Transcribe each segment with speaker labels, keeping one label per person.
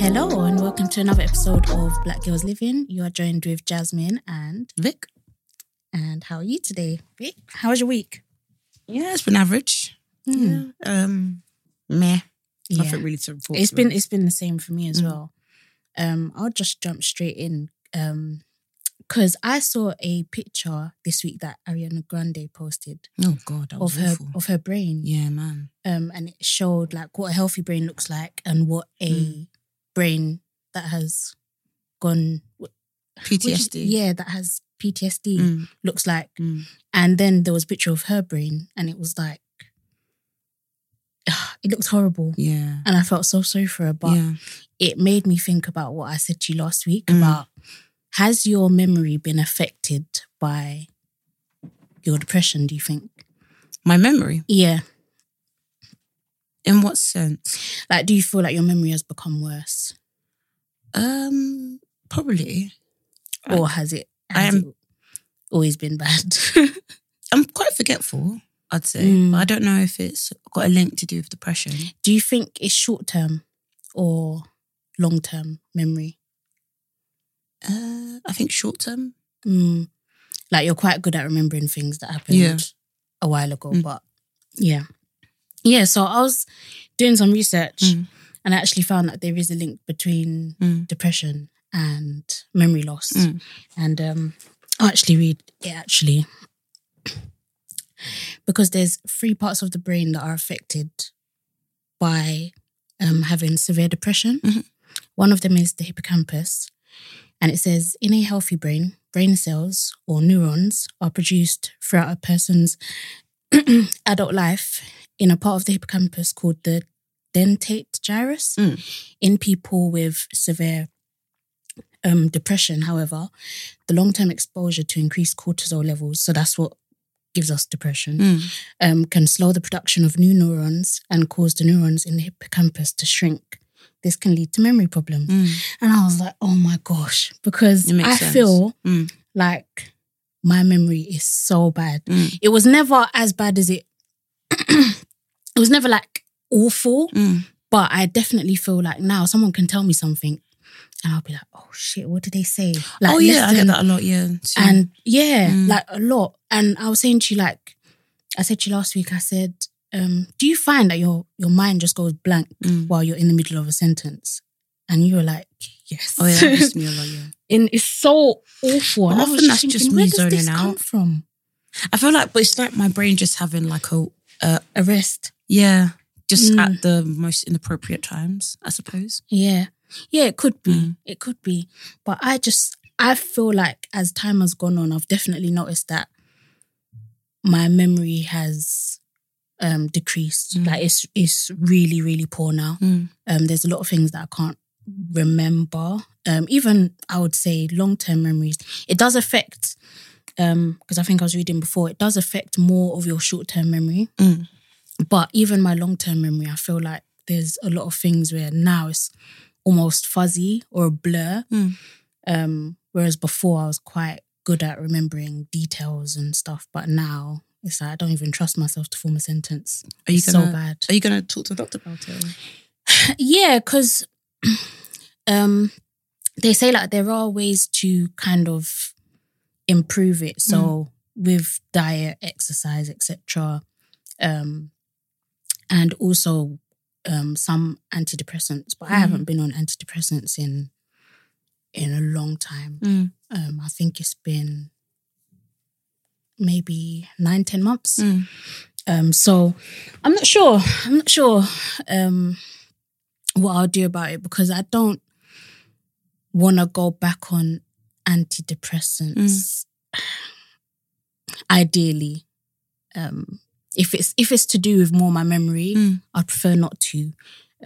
Speaker 1: Hello and welcome to another episode of Black Girls Living. You are joined with Jasmine and
Speaker 2: Vic.
Speaker 1: and how are you today?
Speaker 2: Vic.
Speaker 1: How was your week?
Speaker 2: Yeah, it's been average.
Speaker 1: Mm.
Speaker 2: Yeah. Um, meh.
Speaker 1: Yeah.
Speaker 2: Nothing really to report.
Speaker 1: It's
Speaker 2: to
Speaker 1: been
Speaker 2: be honest.
Speaker 1: it's been the same for me as
Speaker 2: Oh, Mm.
Speaker 1: well. Um, I'll just jump straight in. Um, cause I saw a picture this week that Ariana Grande posted
Speaker 2: oh god, that
Speaker 1: of
Speaker 2: was
Speaker 1: her
Speaker 2: awful.
Speaker 1: of her brain.
Speaker 2: yeah, man.
Speaker 1: Um, and it showed like what a healthy brain looks like and what a
Speaker 2: Mm.
Speaker 1: brain that has gone which-
Speaker 2: PTSD.
Speaker 1: yeah, that has PTSD
Speaker 2: Mm,
Speaker 1: looks like.
Speaker 2: mm.
Speaker 1: And then there was a picture of her brain, and it was like, it looked horrible.
Speaker 2: Yeah.
Speaker 1: And I felt so sorry for her, but
Speaker 2: yeah.
Speaker 1: it made me think about what I said to you last week
Speaker 2: Mm.
Speaker 1: about has your memory been affected by your depression, do you think?
Speaker 2: My memory.
Speaker 1: Yeah.
Speaker 2: In what sense?
Speaker 1: Like, do you feel like your memory has become worse?
Speaker 2: Um, probably. I-
Speaker 1: Or has it,
Speaker 2: I
Speaker 1: has
Speaker 2: am-
Speaker 1: it always been bad?
Speaker 2: I'm quite forgetful. I'd say,
Speaker 1: Mm.
Speaker 2: but I don't know if it's got a link to do with depression.
Speaker 1: do you think it's short term or long term memory?
Speaker 2: Uh, I think short term.
Speaker 1: Mm. Like you're quite good at remembering things that happened
Speaker 2: Yeah.
Speaker 1: a while ago,
Speaker 2: Mm.
Speaker 1: but yeah. Yeah, so I was doing some research
Speaker 2: Mm.
Speaker 1: and I actually found that there is a link between
Speaker 2: Mm.
Speaker 1: depression and memory loss.
Speaker 2: Mm.
Speaker 1: And um, I'll actually read it actually. Because there's three parts of the brain that are affected by um, having severe depression.
Speaker 2: Mhm.
Speaker 1: One of them is the hippocampus. And it says in a healthy brain, brain cells or neurons are produced throughout a person's adult life in a part of the hippocampus called the dentate gyrus. In people with severe um, depression, however, the long term exposure to increased cortisol levels, so that's what gives us depression,
Speaker 2: Mm.
Speaker 1: um, can slow the production of new neurons and cause the neurons in the hippocampus to shrink. This can lead to memory problems.
Speaker 2: Mm.
Speaker 1: And I was like, oh my gosh, because
Speaker 2: It makes
Speaker 1: I
Speaker 2: sense.
Speaker 1: feel
Speaker 2: Mm.
Speaker 1: like my memory is so bad.
Speaker 2: Mm.
Speaker 1: It was never as bad as it, it was never like awful,
Speaker 2: Mm.
Speaker 1: but I definitely feel like now someone can tell me something and I'll be like, oh shit, what did they say? Like,
Speaker 2: oh yeah, I
Speaker 1: listen,
Speaker 2: get that a lot. Yeah, too.
Speaker 1: and yeah,
Speaker 2: Mm.
Speaker 1: like a lot. And I was saying to you, like, I said to you last week, I said, um, do you find that your your mind just goes blank
Speaker 2: Mm.
Speaker 1: while you're in the middle of a sentence? And you were like, yes.
Speaker 2: oh yeah, that happens to me a lot. Yeah.
Speaker 1: and it's so awful. And I
Speaker 2: Often
Speaker 1: was
Speaker 2: that's
Speaker 1: just thinking,
Speaker 2: just me
Speaker 1: where does
Speaker 2: zoning
Speaker 1: this come
Speaker 2: out.
Speaker 1: from?
Speaker 2: I feel like, but it's like my brain just having like a uh,
Speaker 1: A rest.
Speaker 2: Yeah, just
Speaker 1: Mm.
Speaker 2: at the most inappropriate times, I suppose.
Speaker 1: Yeah. Yeah, it could be.
Speaker 2: Mm.
Speaker 1: It could be. But I just, I feel like as time has gone on, I've definitely noticed that my memory has um decreased.
Speaker 2: Mm.
Speaker 1: Like it's it's really, really poor now.
Speaker 2: Mm.
Speaker 1: Um there's a lot of things that I can't remember. Um even I would say long term memories. It does affect um because I think I was reading before, it does affect more of your short term memory.
Speaker 2: Mm.
Speaker 1: But even my long term memory, I feel like there's a lot of things where now it's almost fuzzy or a blur.
Speaker 2: Mm.
Speaker 1: Um, whereas before I was quite good at remembering details and stuff, but now it's like I don't even trust myself to form a sentence.
Speaker 2: Are you uh,
Speaker 1: It's
Speaker 2: gonna
Speaker 1: so bad.
Speaker 2: Are you gonna talk to the doctor about it?
Speaker 1: Yeah, because um, they say like there are ways to kind of improve it. So with diet, exercise, etc., um, and also um, some antidepressants. But I
Speaker 2: Mhm.
Speaker 1: haven't been on antidepressants in in a long time.
Speaker 2: Mm.
Speaker 1: Um, I think it's been maybe nine, ten months.
Speaker 2: Mm.
Speaker 1: Um, so I'm not sure. I'm not sure um, what I'll do about it because I don't want to go back on antidepressants. Ideally, um, If it's if it's to do with more my memory,
Speaker 2: Mm.
Speaker 1: I'd prefer not to.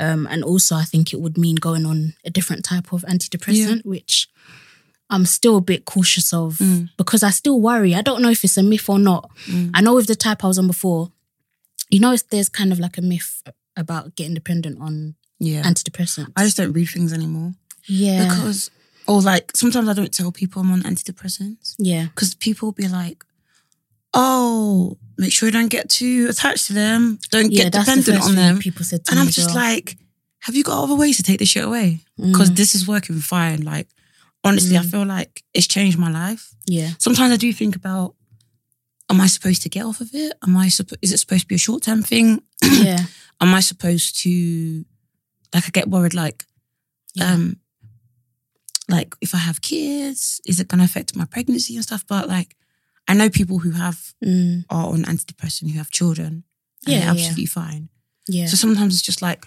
Speaker 1: Um, and also, I think it would mean going on a different type of antidepressant, which I'm still a bit cautious of
Speaker 2: Mm.
Speaker 1: because I still worry. I don't know if it's a myth or not.
Speaker 2: Mm.
Speaker 1: I know with the type I was on before, you know, it's, there's kind of like a myth about getting dependent on
Speaker 2: Yeah.
Speaker 1: antidepressants.
Speaker 2: I just don't read things anymore.
Speaker 1: yeah,
Speaker 2: Because, or like, sometimes I don't tell people I'm on antidepressants
Speaker 1: yeah,
Speaker 2: because people be like, oh, make sure you don't get too attached to them. Don't
Speaker 1: yeah.
Speaker 2: get
Speaker 1: that's the
Speaker 2: dependent
Speaker 1: first
Speaker 2: on
Speaker 1: thing
Speaker 2: them.
Speaker 1: people said to
Speaker 2: And
Speaker 1: me
Speaker 2: I'm
Speaker 1: as
Speaker 2: just
Speaker 1: well.
Speaker 2: like, have you got other ways to take this shit away? Because
Speaker 1: Mm,
Speaker 2: this is working fine. Like, honestly, I
Speaker 1: Mm.
Speaker 2: feel like it's changed my life.
Speaker 1: yeah,
Speaker 2: sometimes I do think about, am I supposed to get off of it? Am I supposed? Is it supposed to be a short term thing?
Speaker 1: yeah,
Speaker 2: Am I supposed to, like, I get worried, like,
Speaker 1: Yeah.
Speaker 2: um, like if I have kids, is it going to affect my pregnancy and stuff? But like, I know people who have
Speaker 1: mm,
Speaker 2: are on antidepressant who have children, and
Speaker 1: Yeah,
Speaker 2: they're
Speaker 1: yeah.
Speaker 2: absolutely fine.
Speaker 1: yeah.
Speaker 2: So sometimes it's just like,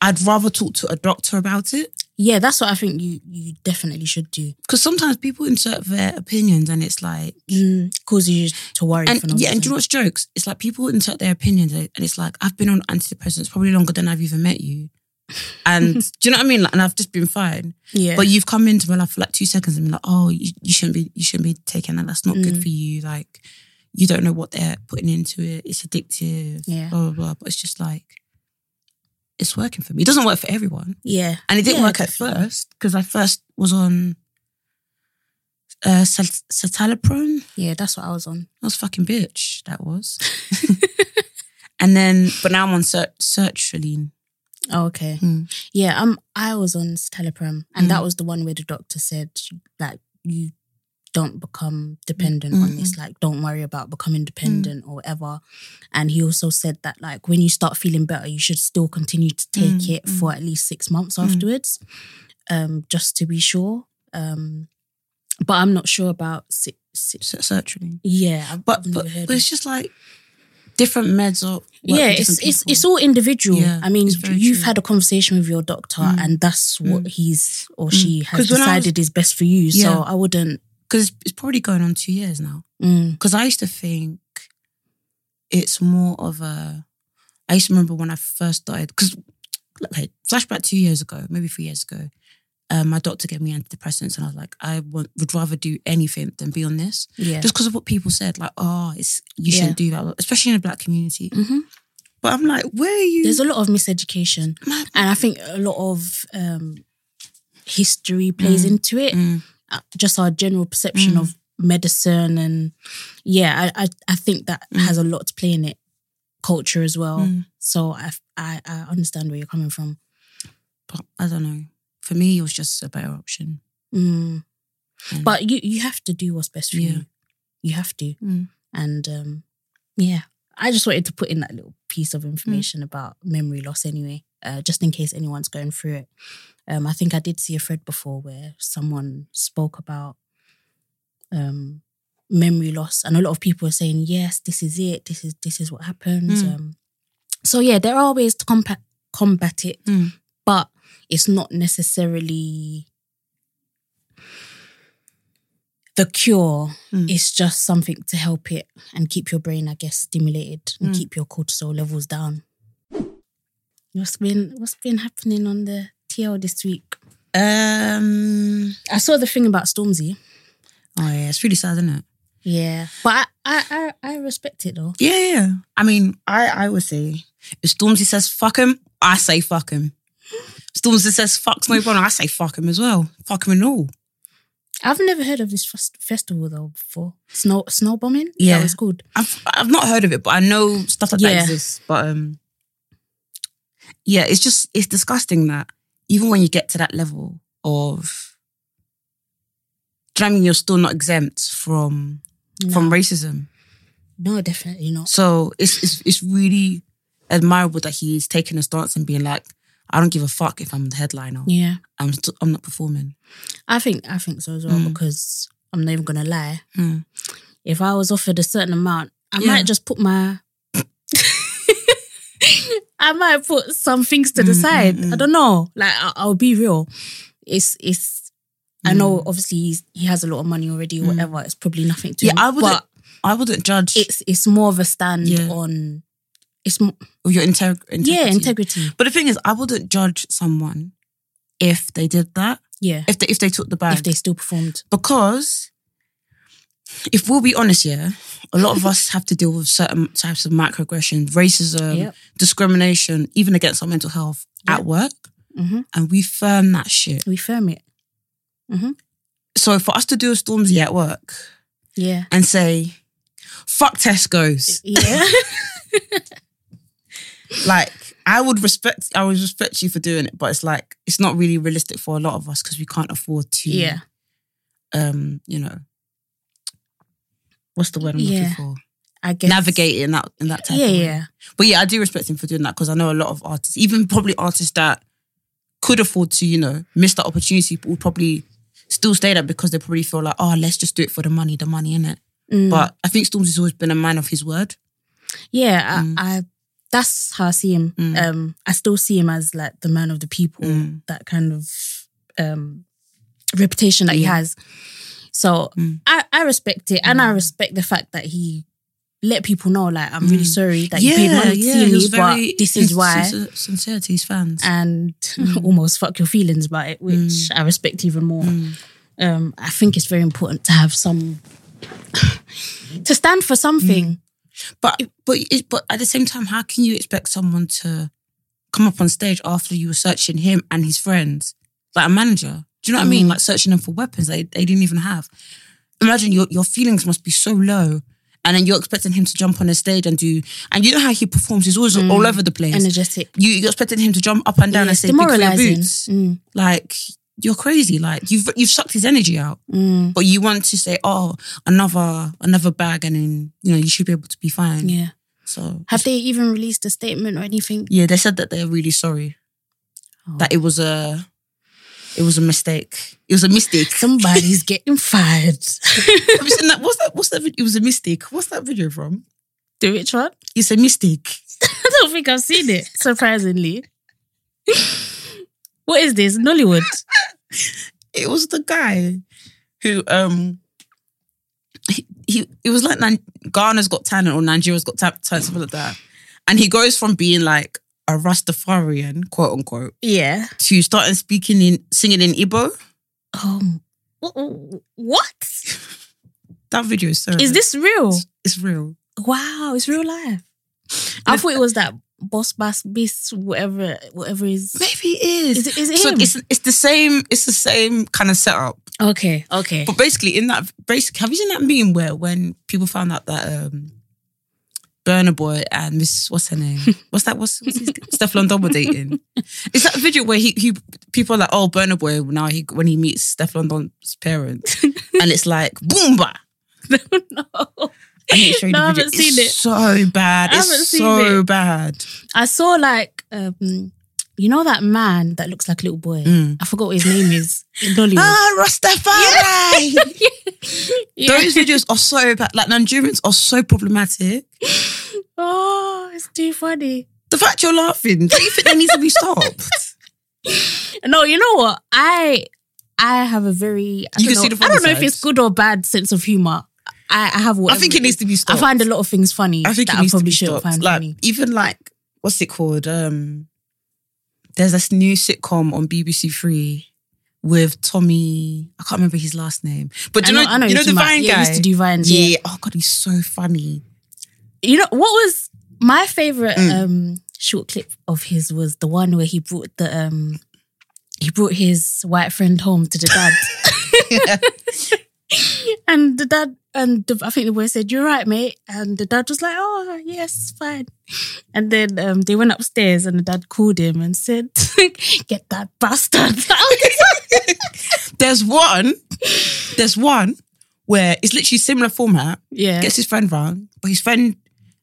Speaker 2: I'd rather talk to a doctor about it
Speaker 1: Yeah, that's what I think you you definitely should do.
Speaker 2: because sometimes people insert their opinions and it's like.
Speaker 1: Mm, causes you to worry.
Speaker 2: And
Speaker 1: for no
Speaker 2: yeah, and do you
Speaker 1: reason.
Speaker 2: know what's jokes? It's like people insert their opinions, and it's like I've been on antidepressants probably longer than I've even met you, and do you know what I mean? Like, and I've just been fine,
Speaker 1: yeah,
Speaker 2: but you've come into my life for like two seconds and been like, oh, you, you shouldn't be, you shouldn't be taking that. That's not good
Speaker 1: Mm.
Speaker 2: for you. Like, you don't know what they're putting into it. It's addictive.
Speaker 1: Yeah.
Speaker 2: Blah blah blah. But it's just like it's working for me. It doesn't work for everyone,
Speaker 1: yeah,
Speaker 2: and it didn't
Speaker 1: Yeah,
Speaker 2: work at
Speaker 1: definitely.
Speaker 2: first because I first was on uh sat- citalopram.
Speaker 1: yeah. That's what I was on.
Speaker 2: That was fucking bitch. That was. and then, but now I'm on search, sertraline.
Speaker 1: Oh, okay.
Speaker 2: Mm.
Speaker 1: Yeah, um, I was on citalopram, and
Speaker 2: Mm.
Speaker 1: that was the one where the doctor said like you don't become dependent on this. Like, don't worry about becoming dependent or ever. And he also said that like when you start feeling better, you should still continue to take
Speaker 2: Mm,
Speaker 1: it for at least six months afterwards, um, just to be sure. Um, but I'm not sure about six. six
Speaker 2: Ser- Sertraline.
Speaker 1: yeah, I've,
Speaker 2: But,
Speaker 1: I've never
Speaker 2: but,
Speaker 1: heard
Speaker 2: but
Speaker 1: of
Speaker 2: it's just like different meds or.
Speaker 1: yeah, it's it's it's all individual.
Speaker 2: Yeah,
Speaker 1: I mean,
Speaker 2: it's very
Speaker 1: you've
Speaker 2: true.
Speaker 1: had a conversation with your doctor,
Speaker 2: Mm.
Speaker 1: and that's what
Speaker 2: Mm.
Speaker 1: he's or
Speaker 2: Mm.
Speaker 1: she has
Speaker 2: 'Cause when I was-
Speaker 1: decided is best for you.
Speaker 2: Yeah.
Speaker 1: So I wouldn't.
Speaker 2: Because it's probably going on two years now.
Speaker 1: Mm,
Speaker 2: Because I used to think it's more of a. I used to remember when I first started, because, okay, flashback two years ago, maybe three years ago, um, my doctor gave me antidepressants, and I was like, I want, would rather do anything than be on this.
Speaker 1: yeah.
Speaker 2: just because of what people said, like, oh, it's you
Speaker 1: Yeah.
Speaker 2: shouldn't do that, especially in a black community.
Speaker 1: hmm
Speaker 2: But I'm like, where are you?
Speaker 1: There's a lot of miseducation,
Speaker 2: Man.
Speaker 1: and I think a lot of um, history plays
Speaker 2: Mm.
Speaker 1: into it.
Speaker 2: Mm,
Speaker 1: uh, Just our general perception
Speaker 2: Mm.
Speaker 1: of medicine, and yeah, I I, I think that
Speaker 2: Mm.
Speaker 1: has a lot to play in it. Culture as well.
Speaker 2: mm.
Speaker 1: So I, I I understand where you're coming from.
Speaker 2: But I don't know. For me, it was just a better option.
Speaker 1: Mm.
Speaker 2: And-
Speaker 1: But you you have to do what's best for
Speaker 2: Yeah.
Speaker 1: you. You have to.
Speaker 2: Mm.
Speaker 1: And um yeah, I just wanted to put in that little piece
Speaker 2: Mm.
Speaker 1: of information about memory loss anyway, uh, just in case anyone's going through it. Um I think I did see a thread before where someone spoke about um memory loss and a lot of people are saying yes this is it this is this is what happens
Speaker 2: Mm.
Speaker 1: um so yeah there are ways to combat combat it
Speaker 2: Mm.
Speaker 1: but it's not necessarily the cure
Speaker 2: Mm.
Speaker 1: it's just something to help it and keep your brain i guess stimulated and
Speaker 2: Mm.
Speaker 1: keep your cortisol levels down what's been what's been happening on the tl this week
Speaker 2: um,
Speaker 1: i saw the thing about stormzy
Speaker 2: oh yeah, it's really sad, isn't it?
Speaker 1: yeah but i i i, I respect it though
Speaker 2: Yeah, yeah. I mean, I I would say if Stormzy says fuck him, I say fuck him. Stormzy says fuck Snow Bronner, I say fuck him as well. Fuck him and all.
Speaker 1: i've never heard of this fest- festival though before snow snow bombing Is that
Speaker 2: Yeah.
Speaker 1: what it's called
Speaker 2: I've I've not heard of it, but I know stuff like
Speaker 1: Yeah.
Speaker 2: that exists. But um, yeah, it's just it's disgusting that even when you get to that level of, do you know what I mean? You're still not exempt from from racism.
Speaker 1: no definitely not
Speaker 2: So it's it's it's really admirable that he's taking a stance and being like, I don't give a fuck if I'm the headliner.
Speaker 1: yeah
Speaker 2: I'm st- I'm not performing.
Speaker 1: i think i think so as well
Speaker 2: Mm.
Speaker 1: because i'm not even gonna lie
Speaker 2: Mm.
Speaker 1: if I was offered a certain amount, I
Speaker 2: Yeah.
Speaker 1: might just put my I might put some things to the
Speaker 2: Mm, mm,
Speaker 1: side. I
Speaker 2: mm.
Speaker 1: don't know. Like I, I'll be real. It's it's. I know
Speaker 2: Mm.
Speaker 1: obviously he's, he has a lot of money already or
Speaker 2: Mm.
Speaker 1: whatever. It's probably nothing to
Speaker 2: Yeah,
Speaker 1: him.
Speaker 2: I would.
Speaker 1: But
Speaker 2: I wouldn't judge
Speaker 1: It's it's more of a stand
Speaker 2: Yeah.
Speaker 1: on. It's more,
Speaker 2: your integ- integrity.
Speaker 1: yeah integrity.
Speaker 2: But the thing is, I wouldn't judge someone if they did that.
Speaker 1: Yeah,
Speaker 2: If they if they took the bag,
Speaker 1: if they still performed.
Speaker 2: because if we'll be honest, yeah, a lot of us have to deal with certain types of microaggressions, racism,
Speaker 1: Yep.
Speaker 2: discrimination, even against our mental health at
Speaker 1: Yep.
Speaker 2: work,
Speaker 1: hmm
Speaker 2: and we firm that shit.
Speaker 1: We firm it.
Speaker 2: So for us to do a Stormzy at work
Speaker 1: Yeah.
Speaker 2: and say, "Fuck Tesco's,"
Speaker 1: Yeah.
Speaker 2: like I would respect, I would respect you for doing it, but it's like it's not really realistic for a lot of us because we can't afford to.
Speaker 1: yeah.
Speaker 2: um, you know, what's the word I'm
Speaker 1: Yeah,
Speaker 2: looking for?
Speaker 1: I guess
Speaker 2: Navigate it in that in that type.
Speaker 1: Yeah,
Speaker 2: of way.
Speaker 1: yeah,
Speaker 2: But yeah, I do respect him for doing that because I know a lot of artists, even probably artists that could afford to, you know, miss that opportunity, but would probably still stay there because they probably feel like, oh, let's just do it for the money, the money in it.
Speaker 1: Mm.
Speaker 2: But I think Storms has always been a man of his word.
Speaker 1: yeah.
Speaker 2: Mm.
Speaker 1: I, I that's how I see him.
Speaker 2: Mm.
Speaker 1: Um, I still see him as like the man of the people,
Speaker 2: Mm.
Speaker 1: that kind of um reputation that he
Speaker 2: Yeah.
Speaker 1: has. So
Speaker 2: Mm.
Speaker 1: I, I respect it, and I respect the fact that he let people know, like, I'm really
Speaker 2: Mm.
Speaker 1: sorry that you paid money to see me, but this is
Speaker 2: sin-
Speaker 1: why.
Speaker 2: sin- sincere to his uh, fans.
Speaker 1: and
Speaker 2: Mm.
Speaker 1: almost fuck your feelings about it, which I respect even more.
Speaker 2: Mm.
Speaker 1: Um, I think it's very important to have some to stand for something.
Speaker 2: But but it, but at the same time, how can you expect someone to come up on stage after you were searching him and his friends, like a manager? Do you know what I
Speaker 1: Mm.
Speaker 2: mean? Like searching them for weapons they they didn't even have. Imagine your your feelings must be so low, and then you're expecting him to jump on a stage and do. And you know how he performs; he's always
Speaker 1: Mm.
Speaker 2: all over the place.
Speaker 1: Energetic.
Speaker 2: you, you're expecting him to jump up and down and
Speaker 1: Yes,
Speaker 2: say "Big for your
Speaker 1: demoralizing. Mm,
Speaker 2: boots." Like you're crazy. Like you've you've sucked his energy out,
Speaker 1: Mm,
Speaker 2: but you want to say, "Oh, another another bag," and then you know you should be able to be fine.
Speaker 1: yeah.
Speaker 2: So
Speaker 1: Have they even released a statement or anything?
Speaker 2: Yeah, they said that they're really sorry.
Speaker 1: Oh.
Speaker 2: That it was a it was a mistake. It was a mistake.
Speaker 1: Somebody's getting fired.
Speaker 2: Have you seen that? What's that? What's that? vid- It was a mistake. What's that video from?
Speaker 1: Do which one?
Speaker 2: It's a mistake.
Speaker 1: I don't think I've seen it. Surprisingly, what is this Nollywood?
Speaker 2: It was the guy who um he, he it was like Nan- Ghana's got talent or Nigeria's got talent, something like that. And he goes from being like a Rastafarian, quote unquote,
Speaker 1: Yeah.
Speaker 2: to starting speaking in singing in Igbo.
Speaker 1: Um. wh- wh- What
Speaker 2: That video is so
Speaker 1: is this real?
Speaker 2: It's real.
Speaker 1: Mm. Wow, it's real life. I thought it was that boss bass beast, whatever, whatever is.
Speaker 2: Maybe it is.
Speaker 1: Is it, is it
Speaker 2: So
Speaker 1: him?
Speaker 2: it's it's the same it's the same kind of setup.
Speaker 1: okay, okay.
Speaker 2: But basically, in that basically, have you seen that meme where when people found out that um Burner Boy and Miss what's her name what's that what's, what's his, Steph London were dating? It's that video where he he people are like oh Burner Boy now he when he meets Steph London's parents and it's like boomba.
Speaker 1: no,
Speaker 2: I need to show you
Speaker 1: No, I
Speaker 2: the video.
Speaker 1: haven't seen
Speaker 2: it's
Speaker 1: it.
Speaker 2: so bad.
Speaker 1: I haven't
Speaker 2: It's
Speaker 1: seen
Speaker 2: so
Speaker 1: it.
Speaker 2: bad.
Speaker 1: I saw like um, you know that man that looks like a little boy.
Speaker 2: Mm.
Speaker 1: I forgot what his name is. In Nollywood.
Speaker 2: Ah, Rastafari.
Speaker 1: Yeah.
Speaker 2: Those videos are so bad. Like Nigerians are so problematic.
Speaker 1: Oh, it's too funny.
Speaker 2: The fact you're laughing, do you think that needs to be stopped?
Speaker 1: No, you know what? I I have a very I don't
Speaker 2: You can
Speaker 1: know,
Speaker 2: see the
Speaker 1: I
Speaker 2: funny
Speaker 1: don't know if
Speaker 2: side.
Speaker 1: it's good or bad sense of humor. I, I have
Speaker 2: I
Speaker 1: whatever
Speaker 2: think it needs to be
Speaker 1: I
Speaker 2: stopped.
Speaker 1: find a lot of things funny
Speaker 2: I think
Speaker 1: that
Speaker 2: it
Speaker 1: I
Speaker 2: needs to
Speaker 1: probably
Speaker 2: be
Speaker 1: shouldn't
Speaker 2: stopped.
Speaker 1: find
Speaker 2: like
Speaker 1: funny.
Speaker 2: even like what's it called? Um, there's this new sitcom on BBC Three with Tommy. I can't remember his last name, but do you know, you know
Speaker 1: you're
Speaker 2: the
Speaker 1: talking about-
Speaker 2: Vine
Speaker 1: yeah,
Speaker 2: guy.
Speaker 1: he used to do vines.
Speaker 2: yeah.
Speaker 1: Yeah.
Speaker 2: Oh god, he's so funny.
Speaker 1: You know what was my favorite
Speaker 2: Mm.
Speaker 1: um short clip of his was the one where he brought the um he brought his white friend home to the dad. And the dad and the, I think the boy said, "You're right, mate." And the dad was like, "Oh, yes, fine." And then um, they went upstairs, and the dad called him and said, "Get that bastard!"
Speaker 2: there's one. There's one where it's literally similar format.
Speaker 1: yeah,
Speaker 2: Gets his friend round, but his friend,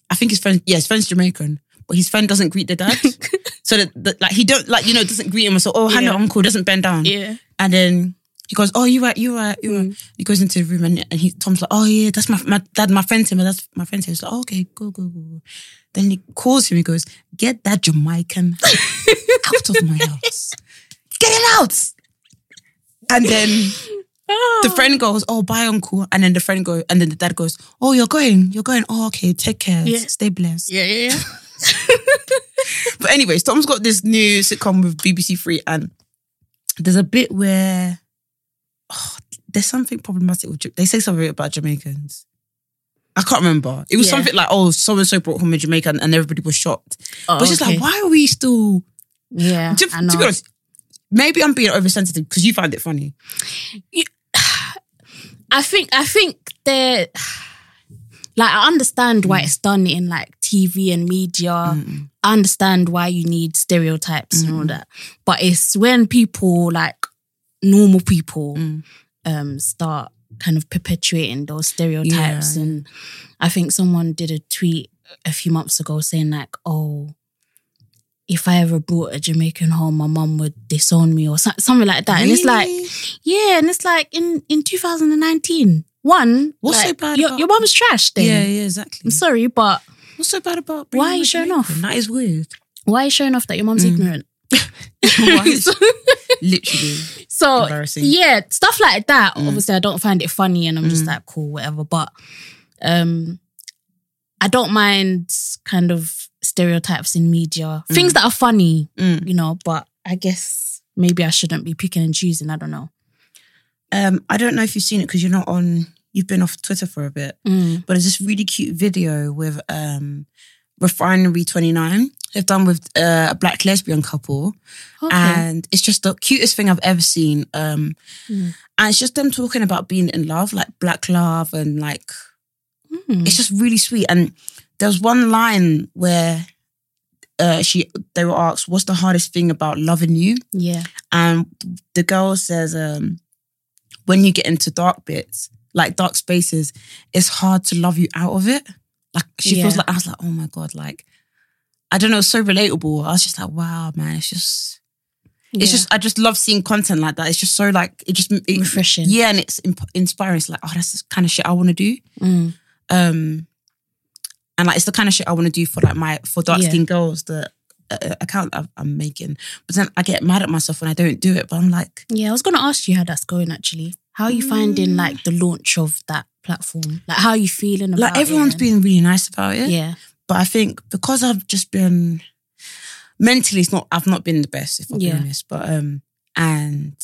Speaker 2: I think his friend, yeah, his friend's Jamaican, but his friend doesn't greet the dad. so that, that like he don't like you know doesn't greet him and so oh hello
Speaker 1: Yeah.
Speaker 2: uncle doesn't bend down.
Speaker 1: yeah, Mm.
Speaker 2: And then he goes, Oh, you right, you right, you right. He goes into the room and, and he Tom's like, Oh yeah, that's my my dad, my friend's him, that's my friend's him. He's like, oh, okay, go, go, go, go. Then he calls him, he goes, Get that Jamaican out of my house. Get him out. And then The friend goes, "Oh, bye, uncle," and then the friend goes, and then the dad goes, "Oh, you're going, you're going. Oh, okay, take care,
Speaker 1: Yeah.
Speaker 2: stay blessed."
Speaker 1: Oh. Yeah, yeah, yeah.
Speaker 2: But anyways, Tom's got this new sitcom with BBC Three, and there's a bit where oh, there's something problematic with. Ja- They say something about Jamaicans. I can't remember. It was
Speaker 1: Yeah.
Speaker 2: something like, "Oh, so and so brought home a Jamaican," and everybody was shocked. but it's just like, why are we still?
Speaker 1: Oh, Yeah,
Speaker 2: To,
Speaker 1: I
Speaker 2: to
Speaker 1: know.
Speaker 2: be honest, maybe I'm being oversensitive because you find it funny.
Speaker 1: I think I think they're like I understand why it's done in like TV and media. I understand why you need stereotypes and all that. But it's when people like normal people
Speaker 2: Mm.
Speaker 1: um start kind of perpetuating those stereotypes and I think someone did a tweet a few months ago saying like, oh, if I ever brought a Jamaican home, my mum would disown me or so- something like that. And it's like,
Speaker 2: Really?
Speaker 1: yeah, and it's like in in 2019, one,
Speaker 2: What's
Speaker 1: like,
Speaker 2: so bad
Speaker 1: Your,
Speaker 2: about-
Speaker 1: your mum's trash. Then
Speaker 2: yeah, yeah, exactly.
Speaker 1: I'm sorry, but
Speaker 2: What's so bad about?
Speaker 1: Why
Speaker 2: bringing
Speaker 1: are you
Speaker 2: a
Speaker 1: showing
Speaker 2: Jamaican?
Speaker 1: off?
Speaker 2: That is weird.
Speaker 1: why are you showing off that your mum's
Speaker 2: Mm.
Speaker 1: ignorant?
Speaker 2: Literally.
Speaker 1: So
Speaker 2: Embarrassing.
Speaker 1: Oh, yeah, stuff like that.
Speaker 2: Mm.
Speaker 1: Obviously, I don't find it funny, and I'm just
Speaker 2: Mm.
Speaker 1: like cool, whatever. But um, I don't mind kind of stereotypes in media, things that are funny,
Speaker 2: Mm.
Speaker 1: you know. But I guess maybe I shouldn't be picking and choosing. I don't know.
Speaker 2: Um, I don't know if you've seen it because you're not on. You've been off Twitter for a bit,
Speaker 1: Mm.
Speaker 2: but it's this really cute video with um, Refinery Twenty Nine. They've done with uh, a black lesbian couple,
Speaker 1: Okay.
Speaker 2: and it's just the cutest thing I've ever seen. Um,
Speaker 1: Mm.
Speaker 2: And it's just them talking about being in love, like black love, and like
Speaker 1: Mm.
Speaker 2: it's just really sweet. And there was one line where uh, she they were asked, "What's the hardest thing about loving you?"
Speaker 1: yeah.
Speaker 2: And the girl says, um, "When you get into dark bits, like dark spaces, it's hard to love you out of it." Like she feels
Speaker 1: Yeah.
Speaker 2: like I was like, "Oh my god!" Like I don't know, it's so relatable. I was just like, "Wow, man!" It's just,
Speaker 1: Yeah.
Speaker 2: it's just, I just love seeing content like that. It's just so like it just it,
Speaker 1: Refreshing.
Speaker 2: Yeah, and it's imp- inspiring. It's like, oh, that's the kind of shit I want to do
Speaker 1: Mm.
Speaker 2: um and like it's the kind of shit I want to do for like my for dark skinned girls the uh, account I'm, I'm making but then I get mad at myself when I don't do it but I'm like
Speaker 1: Yeah, I was gonna ask you how that's going actually. How are you
Speaker 2: Mm.
Speaker 1: finding like the launch of that platform? Like how are you feeling about
Speaker 2: like everyone's
Speaker 1: it?
Speaker 2: being really nice about it
Speaker 1: Yeah.
Speaker 2: but I think because I've just been mentally it's not I've not been the best if I'm
Speaker 1: Yeah.
Speaker 2: being honest but um and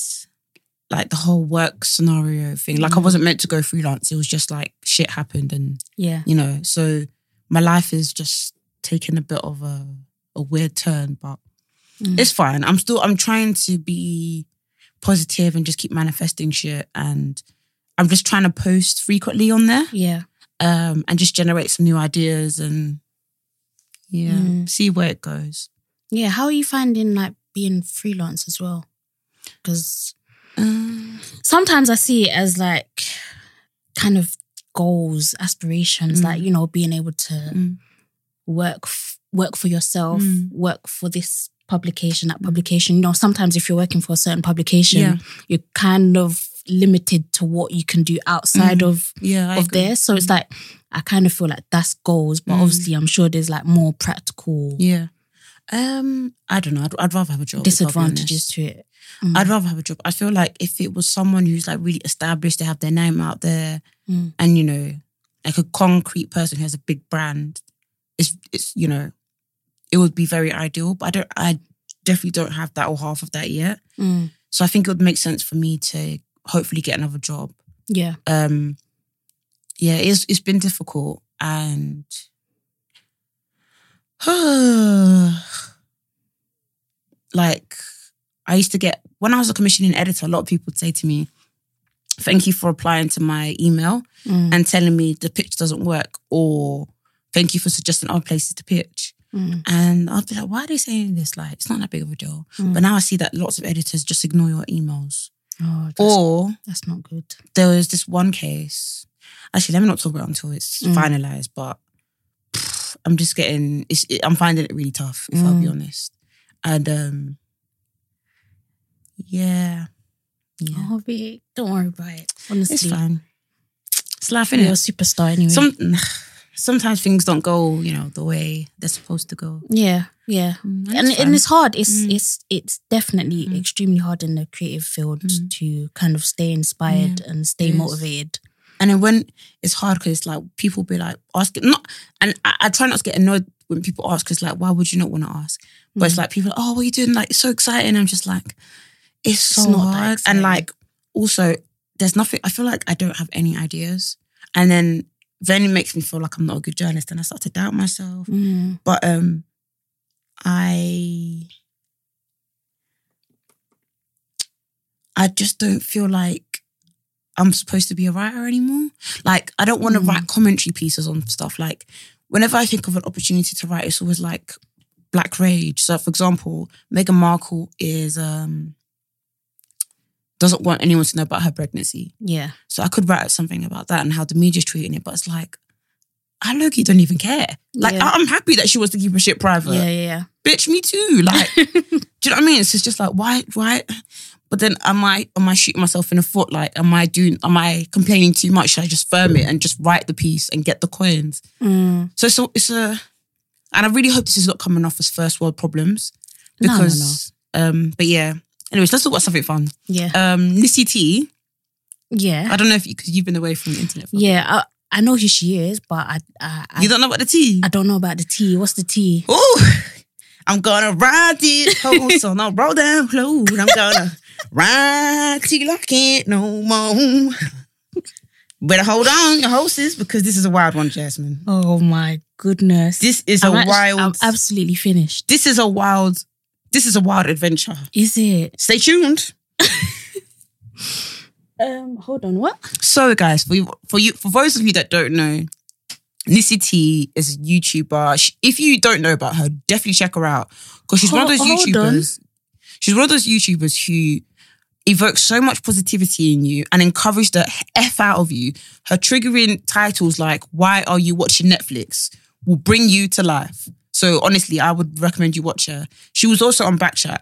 Speaker 2: like the whole work scenario thing
Speaker 1: Mm.
Speaker 2: like I wasn't meant to go freelance it was just like shit happened and
Speaker 1: Yeah.
Speaker 2: you know so my life is just taking a bit of a a weird turn but
Speaker 1: Mm.
Speaker 2: it's fine i'm still i'm trying to be positive and just keep manifesting shit and i'm just trying to post frequently on there
Speaker 1: Yeah.
Speaker 2: um and just generate some new ideas and yeah
Speaker 1: Mm.
Speaker 2: see where it goes
Speaker 1: Yeah. How are you finding like being freelance as well? Because
Speaker 2: um,
Speaker 1: sometimes I see it as like kind of goals, aspirations,
Speaker 2: Mm.
Speaker 1: like you know, being able to
Speaker 2: Mm.
Speaker 1: work f- work for yourself,
Speaker 2: Mm.
Speaker 1: work for this publication, that publication. You know, sometimes if you're working for a certain publication,
Speaker 2: Yeah.
Speaker 1: you're kind of limited to what you can do outside of
Speaker 2: yeah Mm. I
Speaker 1: of
Speaker 2: agree.
Speaker 1: this. So it's like I kind of feel like that's goals, but
Speaker 2: Mm.
Speaker 1: obviously I'm sure there's like more practical
Speaker 2: yeah um i don't know i'd, I'd rather have a job if I'll be honest.
Speaker 1: disadvantages to it. Mm.
Speaker 2: I'd rather have a job. I feel like if it was someone who's like really established, they have their name out there,
Speaker 1: Mm.
Speaker 2: and you know, like a concrete person who has a big brand, it's it's you know, it would be very ideal. But I don't, I definitely don't have that or half of that yet.
Speaker 1: Mm.
Speaker 2: So I think it would make sense for me to hopefully get another job.
Speaker 1: Yeah.
Speaker 2: Um, yeah, it's it's been difficult, and like I used to get when I was a commissioning editor, a lot of people would say to me, "Thank you for replying to my email
Speaker 1: Mm.
Speaker 2: and telling me the pitch doesn't work," or "Thank you for suggesting other places to pitch."
Speaker 1: Mm.
Speaker 2: And I'd be like, "Why are they saying this? Like, it's not that big of a deal."
Speaker 1: Mm.
Speaker 2: But now I see that lots of editors just ignore your emails,
Speaker 1: Oh, that's,
Speaker 2: or
Speaker 1: that's not good.
Speaker 2: there was this one case. Actually, let me not talk about it until it's
Speaker 1: Mm.
Speaker 2: finalized. But pff, I'm just getting. It's, it, I'm finding it really tough, if I'll be
Speaker 1: Mm.
Speaker 2: honest. And um, yeah, yeah,
Speaker 1: Oh, babe, don't worry about it. Honestly,
Speaker 2: it's fine. It's life,
Speaker 1: you're a
Speaker 2: innit?
Speaker 1: superstar anyway.
Speaker 2: Some sometimes things don't go, you know, the way they're supposed to go.
Speaker 1: Yeah, yeah.
Speaker 2: Mm,
Speaker 1: and,
Speaker 2: it's
Speaker 1: and
Speaker 2: fine.
Speaker 1: it's hard. It's
Speaker 2: Mm.
Speaker 1: it's it's definitely
Speaker 2: Mm.
Speaker 1: extremely hard in the creative field
Speaker 2: Mm.
Speaker 1: to kind of stay inspired and stay
Speaker 2: It is.
Speaker 1: motivated.
Speaker 2: And then when it's hard because it's like people be like asking not, and I, I try not to get annoyed when people ask because like why would you not want to ask? But it's
Speaker 1: Mm.
Speaker 2: like people, oh, what are you doing? Like it's so exciting. I'm just like, it's so
Speaker 1: not that
Speaker 2: hard.
Speaker 1: exciting.
Speaker 2: And like also, there's nothing. I feel like I don't have any ideas. And then then it makes me feel like I'm not a good journalist, and I start to doubt myself.
Speaker 1: Mm.
Speaker 2: But um, I I just don't feel like I'm supposed to be a writer anymore. Like I don't want to
Speaker 1: Mm.
Speaker 2: write commentary pieces on stuff. Like whenever I think of an opportunity to write, it's always like black rage. So for example, Meghan Markle is um doesn't want anyone to know about her pregnancy.
Speaker 1: Yeah,
Speaker 2: So I could write something about that and how the media's treating it, but it's like, I look, you don't even care. Like,
Speaker 1: Yeah.
Speaker 2: I- I'm happy that she wants to keep her shit private.
Speaker 1: yeah, yeah,
Speaker 2: Bitch, me too. Like, do you know what I mean? So it's just like, why, why? But then am I, am I shooting myself in the foot? Like, am I doing, am I complaining too much? Should I just firm it and just write the piece and get the coins?
Speaker 1: yeah. Mm.
Speaker 2: So, so it's a, and I really hope this is not coming off as first world problems
Speaker 1: No, no, no.
Speaker 2: because, um, but yeah. Anyways, let's talk about something fun.
Speaker 1: yeah,
Speaker 2: Um, Nissy T,
Speaker 1: yeah,
Speaker 2: I don't know if you, because you've been away from the internet for
Speaker 1: yeah. I, I know who she is, but I I I,
Speaker 2: You don't know about the tea?
Speaker 1: I don't know about the tea. What's the tea?
Speaker 2: Ooh, I'm gonna ride this horse on a roll down road. I'm gonna ride till I can't no more. Better hold on your horses because this is a wild one, Jasmine.
Speaker 1: Oh my goodness!
Speaker 2: This is a
Speaker 1: I'm actu-
Speaker 2: wild.
Speaker 1: I'm absolutely finished.
Speaker 2: this is a wild. This is a wild adventure.
Speaker 1: Is it?
Speaker 2: Stay tuned.
Speaker 1: Um, hold on. What?
Speaker 2: So, guys, for you, for you, for those of you that don't know, Nissy T is a YouTuber. She, if you don't know about her, definitely check her out because she's one of those
Speaker 1: Hol- hold on.
Speaker 2: YouTubers. She's one of those YouTubers who evokes so much positivity in you and encourage the f out of you. Her triggering titles like "Why are you watching Netflix?" will bring you to life. So, honestly, I would recommend you watch her. She was also on Backchat.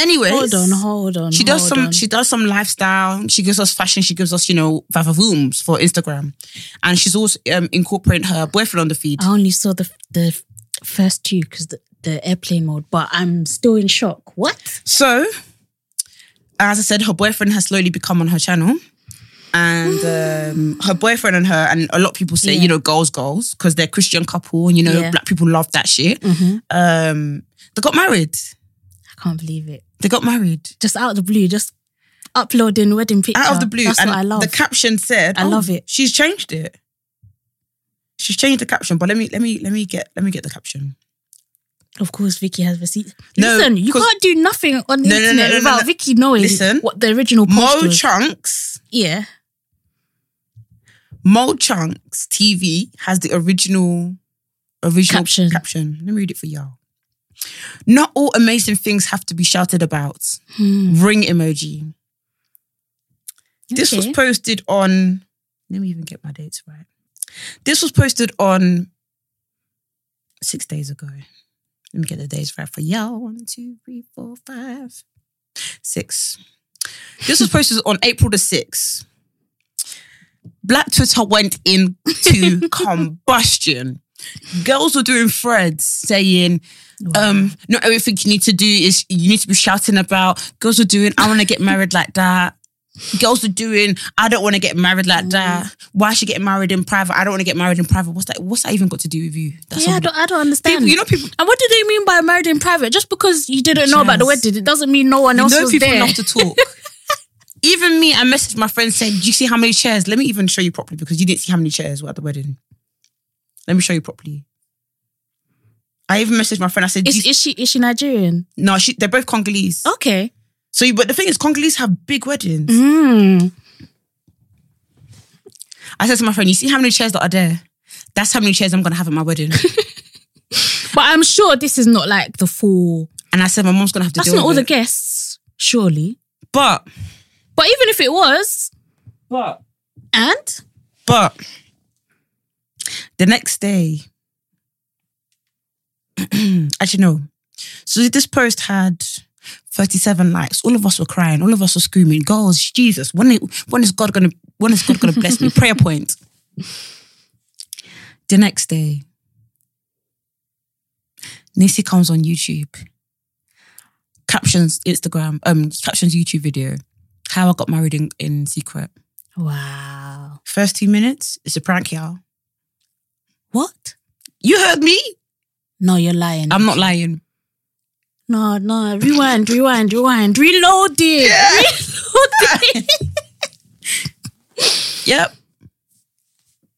Speaker 2: Anyways,
Speaker 1: Hold on. Hold on.
Speaker 2: she does
Speaker 1: hold
Speaker 2: some.
Speaker 1: on.
Speaker 2: She does some lifestyle. She gives us fashion. She gives us, you know, vavavooms for Instagram, and she's also um, incorporating her boyfriend on the feed.
Speaker 1: I only saw the the first two because the, the airplane mode, but I'm still in shock. What?
Speaker 2: So, as I said, her boyfriend has slowly become on her channel, and um, her boyfriend and her, and a lot of people say,
Speaker 1: Yeah.
Speaker 2: you know, girls, girls, because they're Christian couple, and you know,
Speaker 1: Yeah.
Speaker 2: black people love that shit. Um, they got married.
Speaker 1: I can't believe it.
Speaker 2: They got married.
Speaker 1: Just out of the blue, just uploading wedding picture.
Speaker 2: out of the blue.
Speaker 1: That's
Speaker 2: and
Speaker 1: what I love.
Speaker 2: the caption said, "Oh,
Speaker 1: I love it.
Speaker 2: She's changed it. She's changed the caption, but let me let me let me get let me get the caption.
Speaker 1: of course, Vicky has receipts.
Speaker 2: No,
Speaker 1: Listen, you
Speaker 2: 'cause-
Speaker 1: can't do nothing on the
Speaker 2: No, no, no,
Speaker 1: internet
Speaker 2: no, no,
Speaker 1: without
Speaker 2: no.
Speaker 1: Vicky knowing
Speaker 2: Listen.
Speaker 1: what the original post
Speaker 2: Mo
Speaker 1: was.
Speaker 2: Chunks,
Speaker 1: yeah.
Speaker 2: Mo Chunks TV has the original original
Speaker 1: Caption.
Speaker 2: caption. Let me read it for y'all. Not all amazing things have to be shouted about.
Speaker 1: Hmm.
Speaker 2: Ring emoji. This was
Speaker 1: Okay.
Speaker 2: posted on. Let me even get my dates right. This was posted on six days ago. Let me get the days right for y'all. One, two, three, four, five, six. This was posted on April the 6th. Black Twitter went into combustion. Girls were doing threads saying, um, not everything you need to do is you need to be shouting about. Girls were doing, I want to get married like that. Girls were doing, I don't want to get married like
Speaker 1: Mm.
Speaker 2: that. Why should get married in private? I don't want to get married in private. What's that? What's that even got to do with you? That's
Speaker 1: yeah, I
Speaker 2: all.
Speaker 1: don't, I don't understand.
Speaker 2: People, you know, people.
Speaker 1: and what do they mean by married in private? Just because you didn't know about the
Speaker 2: Jazz.
Speaker 1: wedding, it doesn't mean no one
Speaker 2: You
Speaker 1: else
Speaker 2: know
Speaker 1: was
Speaker 2: people
Speaker 1: there.
Speaker 2: love to talk. even me, I messaged my friend saying, "Do you see how many chairs? Let me even show you properly because you didn't see how many chairs were at the wedding. Let me show you properly." I even messaged my friend. I said, "Do you
Speaker 1: Is, is she is she Nigerian?
Speaker 2: "No, she, they're both Congolese."
Speaker 1: Okay.
Speaker 2: So, you- but the thing is, Congolese have big weddings.
Speaker 1: Mm.
Speaker 2: I said to my friend, "You see how many chairs that are there? That's how many chairs I'm gonna have at my wedding."
Speaker 1: But I'm sure this is not like the full.
Speaker 2: and I said, "My mom's gonna have to
Speaker 1: That's
Speaker 2: deal
Speaker 1: not all
Speaker 2: with
Speaker 1: the
Speaker 2: it."
Speaker 1: guests, surely.
Speaker 2: but,
Speaker 1: But even if it was,
Speaker 2: but,
Speaker 1: and
Speaker 2: but, the next day, actually no. So this post had 37 likes. All of us were crying. All of us were screaming, "Girls, Jesus! When, when is God gonna? When is God gonna bless me?" Prayer point. The next day, Nisi comes on YouTube, captions Instagram, um, captions YouTube video, how I got married in, in secret.
Speaker 1: Wow.
Speaker 2: First two minutes, it's a prank, y'all. What? You heard me?
Speaker 1: No, you're lying.
Speaker 2: I'm not lying.
Speaker 1: no, no. Rewind, rewind, rewind. Reload it. Reload it.
Speaker 2: Yep.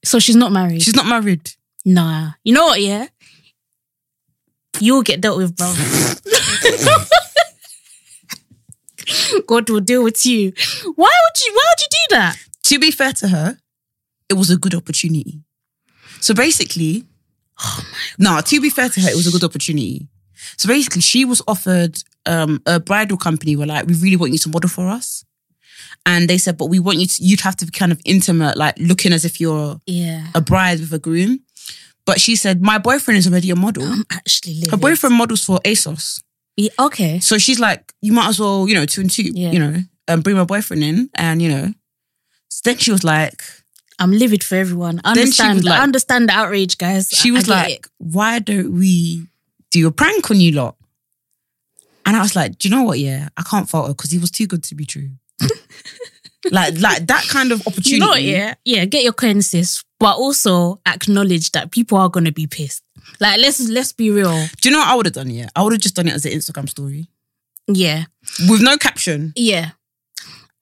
Speaker 1: So she's not married.
Speaker 2: She's not married.
Speaker 1: Nah. You know what, yeah? You'll get dealt with, bro. God will deal with you. Why would you why would you do that?
Speaker 2: To be fair to her, it was a good opportunity. So basically, no, to be fair to her, it was a good opportunity. So basically, she was offered um, a bridal company were like, we really want you to model for us. And they said, but we want you to, you'd have to be kind of intimate, like looking as if you're
Speaker 1: Yeah.
Speaker 2: a bride with a groom. But she said, my boyfriend is already a model.
Speaker 1: I'm actually living.
Speaker 2: Her boyfriend models for ASOS.
Speaker 1: Yeah, okay.
Speaker 2: So she's like, you might as well, you know, two and two,
Speaker 1: Yeah.
Speaker 2: you know, and bring my boyfriend in. And, you know, so then she was like,
Speaker 1: I'm livid for everyone. I
Speaker 2: Then she was
Speaker 1: understand.
Speaker 2: like-
Speaker 1: I understand the outrage, guys.
Speaker 2: she
Speaker 1: I-
Speaker 2: was
Speaker 1: I get
Speaker 2: like,
Speaker 1: it.
Speaker 2: why don't we do a prank on you lot? And I was like, do you know what? Yeah, I can't fault her because he was too good to be true. like, like that kind of opportunity.
Speaker 1: you know, what, yeah, yeah, get your coin, sis, but also acknowledge that people are gonna be pissed. Like, let's let's be real.
Speaker 2: Do you know what I would have done? Yeah, I would have just done it as an Instagram story
Speaker 1: Yeah,
Speaker 2: with no caption,
Speaker 1: yeah.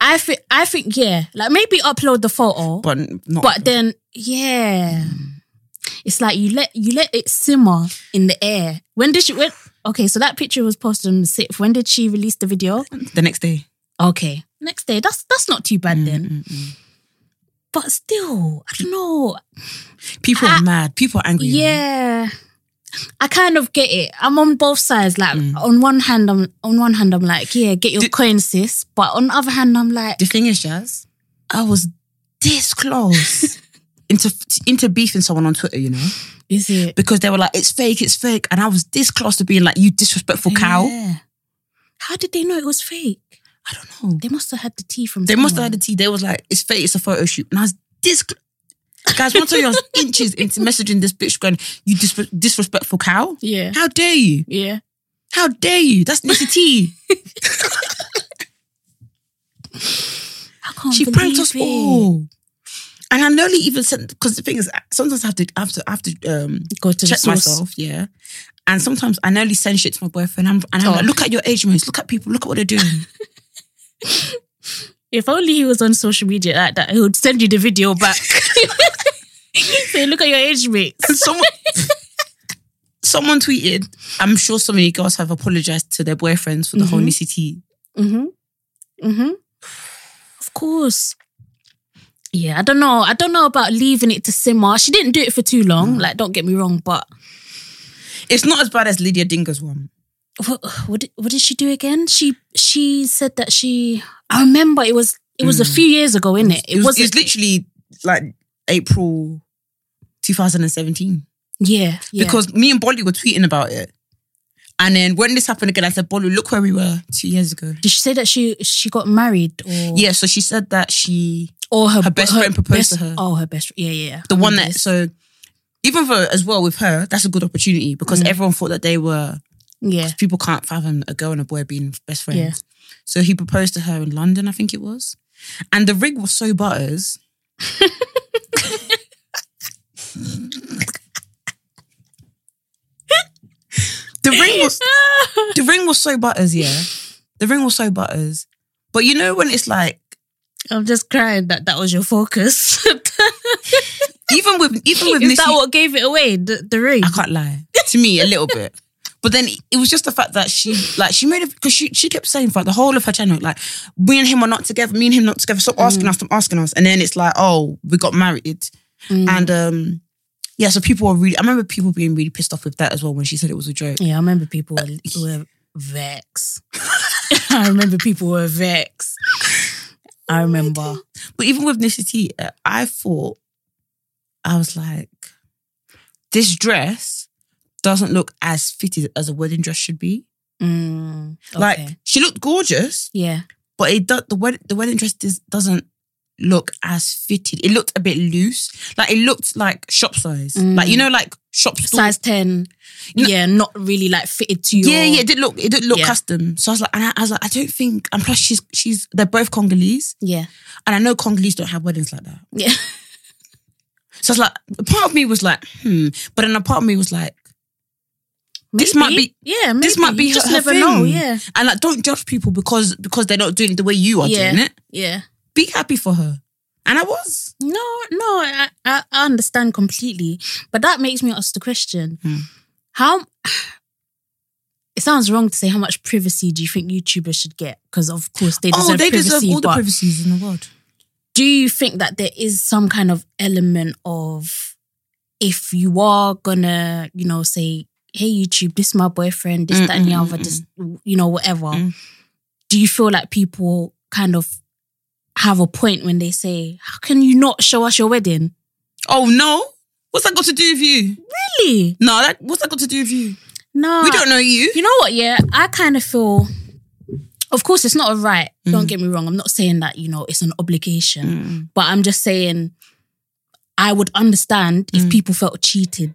Speaker 1: I think I think yeah. Like maybe upload the photo, but,
Speaker 2: but not.
Speaker 1: then yeah, it's like you let you let it simmer in the air. When did she? When okay, so that picture was posted on the sixth. When did she release the video?
Speaker 2: the next day.
Speaker 1: Okay, next day. That's that's not too
Speaker 2: Mm.
Speaker 1: bad then. But still, I don't know.
Speaker 2: People are mad. People are angry. you know?
Speaker 1: Ah. Yeah. I kind of get it. I'm on both sides. Like on one hand, I'm on one hand, I'm like, yeah, get your
Speaker 2: Mm. Did-
Speaker 1: coin, sis. But on the other hand, I'm like,
Speaker 2: The thing is, Jazz, I was this close into into beefing someone on Twitter, you know,
Speaker 1: is it
Speaker 2: because they were like, "It's fake, it's fake," and I was this close to being like, "You disrespectful cow."
Speaker 1: Yeah. How did they know it was fake?
Speaker 2: I don't know.
Speaker 1: They must have had the tea from.
Speaker 2: They must have had the tea. They was like, it's fake, it's a photo shoot. And I was this guys, one time I was inches into messaging this bitch going, you dis- disrespectful cow.
Speaker 1: Yeah.
Speaker 2: How dare you?
Speaker 1: Yeah.
Speaker 2: How dare you? That's Nissy T.
Speaker 1: I can't
Speaker 2: She pranked
Speaker 1: believe
Speaker 2: us
Speaker 1: it.
Speaker 2: all. And I nearly even sent because the thing is sometimes I have to I have to I have to um
Speaker 1: Go to the
Speaker 2: check
Speaker 1: source.
Speaker 2: myself, yeah. And sometimes I nearly send shit to my boyfriend. I'm, and I'm
Speaker 1: Oh.
Speaker 2: like, look at your age mates, look at people, look at what they're doing.
Speaker 1: If only he was on social media like that, he would send you the video back. Say, look at your age mates.
Speaker 2: And someone someone tweeted, I'm sure so many girls have apologized to their boyfriends for the whole
Speaker 1: Mhm.
Speaker 2: Nissy T.
Speaker 1: Mm-hmm. Mm-hmm. Of course. Yeah, I don't know. I don't know about leaving it to simmer. She didn't do it for too long.
Speaker 2: Mm-hmm.
Speaker 1: Like, don't get me wrong, but
Speaker 2: It's not as bad as Lydia Dinger's one.
Speaker 1: what, what, did, what did she do again? She she said that she. I remember it was it was a few years ago, innit? It,
Speaker 2: Mm. It, was,
Speaker 1: wasn't.
Speaker 2: it's literally like April 2017.
Speaker 1: yeah, yeah.
Speaker 2: Because me and Bolly were tweeting about it. And then when this happened again, I said, Bolly, look where we were two years ago.
Speaker 1: did she say that she she got married or
Speaker 2: Yeah, so she said that she,
Speaker 1: or her,
Speaker 2: her best friend proposed to her.
Speaker 1: Oh, her best. Yeah, yeah. yeah.
Speaker 2: the one that,
Speaker 1: Yes.
Speaker 2: so even though as well with her, that's a good opportunity because everyone thought that they were
Speaker 1: Mm. yeah.
Speaker 2: people can't fathom a girl and a boy being best friends.
Speaker 1: Yeah.
Speaker 2: So he proposed to her in London, I think it was. And the ring was so butters. the ring was the ring was so butters, yeah. The ring was so butters. But you know when it's like
Speaker 1: I'm just crying that that was your focus.
Speaker 2: even with even with
Speaker 1: Is that
Speaker 2: Nissi-
Speaker 1: what gave it away? The, the ring.
Speaker 2: I can't lie. To me, a little bit. But then it was just the fact that she, like, she made it because she, she kept saying for the whole of her channel, like, me and him are not together. Me and him not together. Stop asking us. Stop asking us. And then it's like, oh, we got married, and um, yeah. So people were really. I remember people being really pissed off with that as well when she said it was a joke.
Speaker 1: Yeah, I remember people were, were vexed. I remember people were vexed.
Speaker 2: Oh
Speaker 1: I remember.
Speaker 2: But even with Nissy T, uh, I thought, I was like, this dress doesn't look as fitted as a wedding dress should be.
Speaker 1: Mm, okay.
Speaker 2: Like she looked gorgeous,
Speaker 1: yeah,
Speaker 2: but it do, the wedding the wedding dress dis, doesn't look as fitted. It looked a bit loose. Like it looked like shop size. Like you know, like shop store.
Speaker 1: Mm. Size 10. yeah, not really like fitted to your.
Speaker 2: Yeah, yeah, it did look it did look
Speaker 1: Yeah.
Speaker 2: custom. So I was like, and I, I was like, I don't think. And plus, she's she's they're both Congolese,
Speaker 1: Yeah.
Speaker 2: and I know Congolese don't have weddings like that.
Speaker 1: Yeah.
Speaker 2: So I was like, a part of me was like, hmm, but then a part of me was like, This might
Speaker 1: Maybe.
Speaker 2: be-
Speaker 1: Yeah, maybe.
Speaker 2: this might be
Speaker 1: You just
Speaker 2: her, her
Speaker 1: never
Speaker 2: thing.
Speaker 1: know. Yeah.
Speaker 2: and like, don't judge people because because they're not doing it the way you are
Speaker 1: Yeah.
Speaker 2: doing it.
Speaker 1: Yeah.
Speaker 2: Be happy for her, and I was.
Speaker 1: No, no, I, I, I understand completely. But that makes me ask the question
Speaker 2: Hmm.
Speaker 1: how. It sounds wrong to say how much privacy do you think YouTubers should get? Because of course they deserve
Speaker 2: oh, they
Speaker 1: privacy.
Speaker 2: deserve all the
Speaker 1: but
Speaker 2: privacies in the world.
Speaker 1: do you think that there is some kind of element of if you are gonna, you know, say, hey YouTube, this is my boyfriend, this, that, and the
Speaker 2: Mm, mm,
Speaker 1: other,
Speaker 2: mm,
Speaker 1: this, you know, whatever.
Speaker 2: Mm.
Speaker 1: Do you feel like people kind of have a point when they say, how can you not show us your wedding?
Speaker 2: Oh no, what's that got to do with you?
Speaker 1: Really?
Speaker 2: No, that what's that got to do with you?
Speaker 1: No.
Speaker 2: we don't know you.
Speaker 1: You know what? Yeah, I kind of feel. Of course, it's not a right. Don't
Speaker 2: Mhm.
Speaker 1: get me wrong. I'm not saying that you know it's an obligation,
Speaker 2: Mm.
Speaker 1: but I'm just saying I would understand if
Speaker 2: Mm.
Speaker 1: people felt cheated.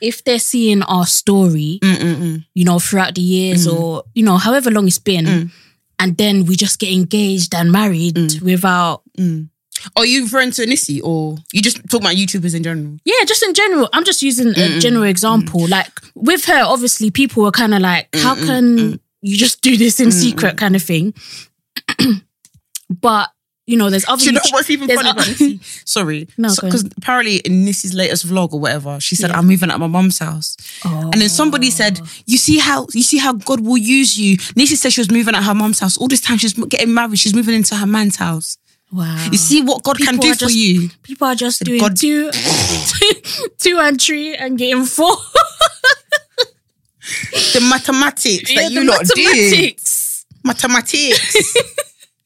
Speaker 1: If they're seeing our story,
Speaker 2: Mm, mm, mm.
Speaker 1: you know, throughout the years
Speaker 2: Mhm.
Speaker 1: or, you know, however long it's been,
Speaker 2: Mm.
Speaker 1: and then we just get engaged and married
Speaker 2: Mm.
Speaker 1: without,
Speaker 2: Mm. Are you referring to Nissi or you just talk about YouTubers in general?
Speaker 1: yeah, just in general. I'm just using a
Speaker 2: Mm-mm. Mm.
Speaker 1: general example. Like with her, obviously, people were kind of like, how
Speaker 2: Mm-mm.
Speaker 1: can
Speaker 2: Mm.
Speaker 1: you just do this in
Speaker 2: Mm-mm.
Speaker 1: secret kind of thing? but, Oh, you know, there's other.
Speaker 2: Do you know
Speaker 1: YouTube-
Speaker 2: what's even
Speaker 1: there's
Speaker 2: funny about
Speaker 1: a-
Speaker 2: Nissi? Sorry.
Speaker 1: No, go
Speaker 2: Because apparently in Nissi's latest vlog or whatever, she said, I'm moving at my mum's house. And then somebody said,
Speaker 1: Oh.
Speaker 2: You see how you see how God will use you. Nissi said she was moving at her mum's house. All this time she's m- getting married, she's moving into her man's house.
Speaker 1: wow.
Speaker 2: You see what God can
Speaker 1: Oh. People
Speaker 2: do
Speaker 1: are
Speaker 2: for
Speaker 1: just-
Speaker 2: you.
Speaker 1: People are just doing
Speaker 2: God-
Speaker 1: two, two and three and getting four.
Speaker 2: The mathematics
Speaker 1: Yeah,
Speaker 2: that you
Speaker 1: the
Speaker 2: lot do.
Speaker 1: mathematics.
Speaker 2: mathematics.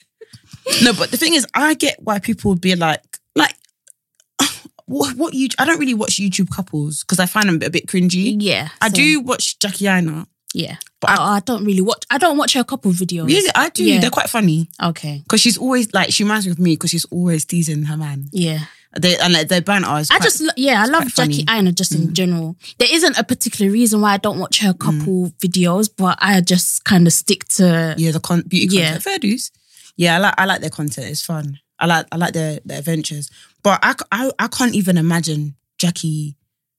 Speaker 2: no, but the thing is, I get why people would be like, like, what, what you? I don't really watch YouTube couples because I find them a bit cringy.
Speaker 1: Yeah,
Speaker 2: I
Speaker 1: so,
Speaker 2: do watch Jackie Aina.
Speaker 1: Yeah,
Speaker 2: But
Speaker 1: I, I don't really watch. I don't watch her couple videos.
Speaker 2: Really, I do.
Speaker 1: Yeah.
Speaker 2: They're quite funny
Speaker 1: Okay.
Speaker 2: because she's always like she reminds me of me because she's always teasing her man.
Speaker 1: Yeah,
Speaker 2: They and like, their banter is.
Speaker 1: I
Speaker 2: quite-
Speaker 1: just lo- yeah, I love
Speaker 2: quite funny. Mm.
Speaker 1: Jackie Aina just in general. There isn't a particular reason why I don't watch her
Speaker 2: Mm.
Speaker 1: couple videos, but I just kind of stick to
Speaker 2: yeah the con- beauty
Speaker 1: Yeah.
Speaker 2: content. Fair dues. Yeah, I like I like their content. It's fun. I like I like their their adventures. But I, c- I, I can't even imagine Jackie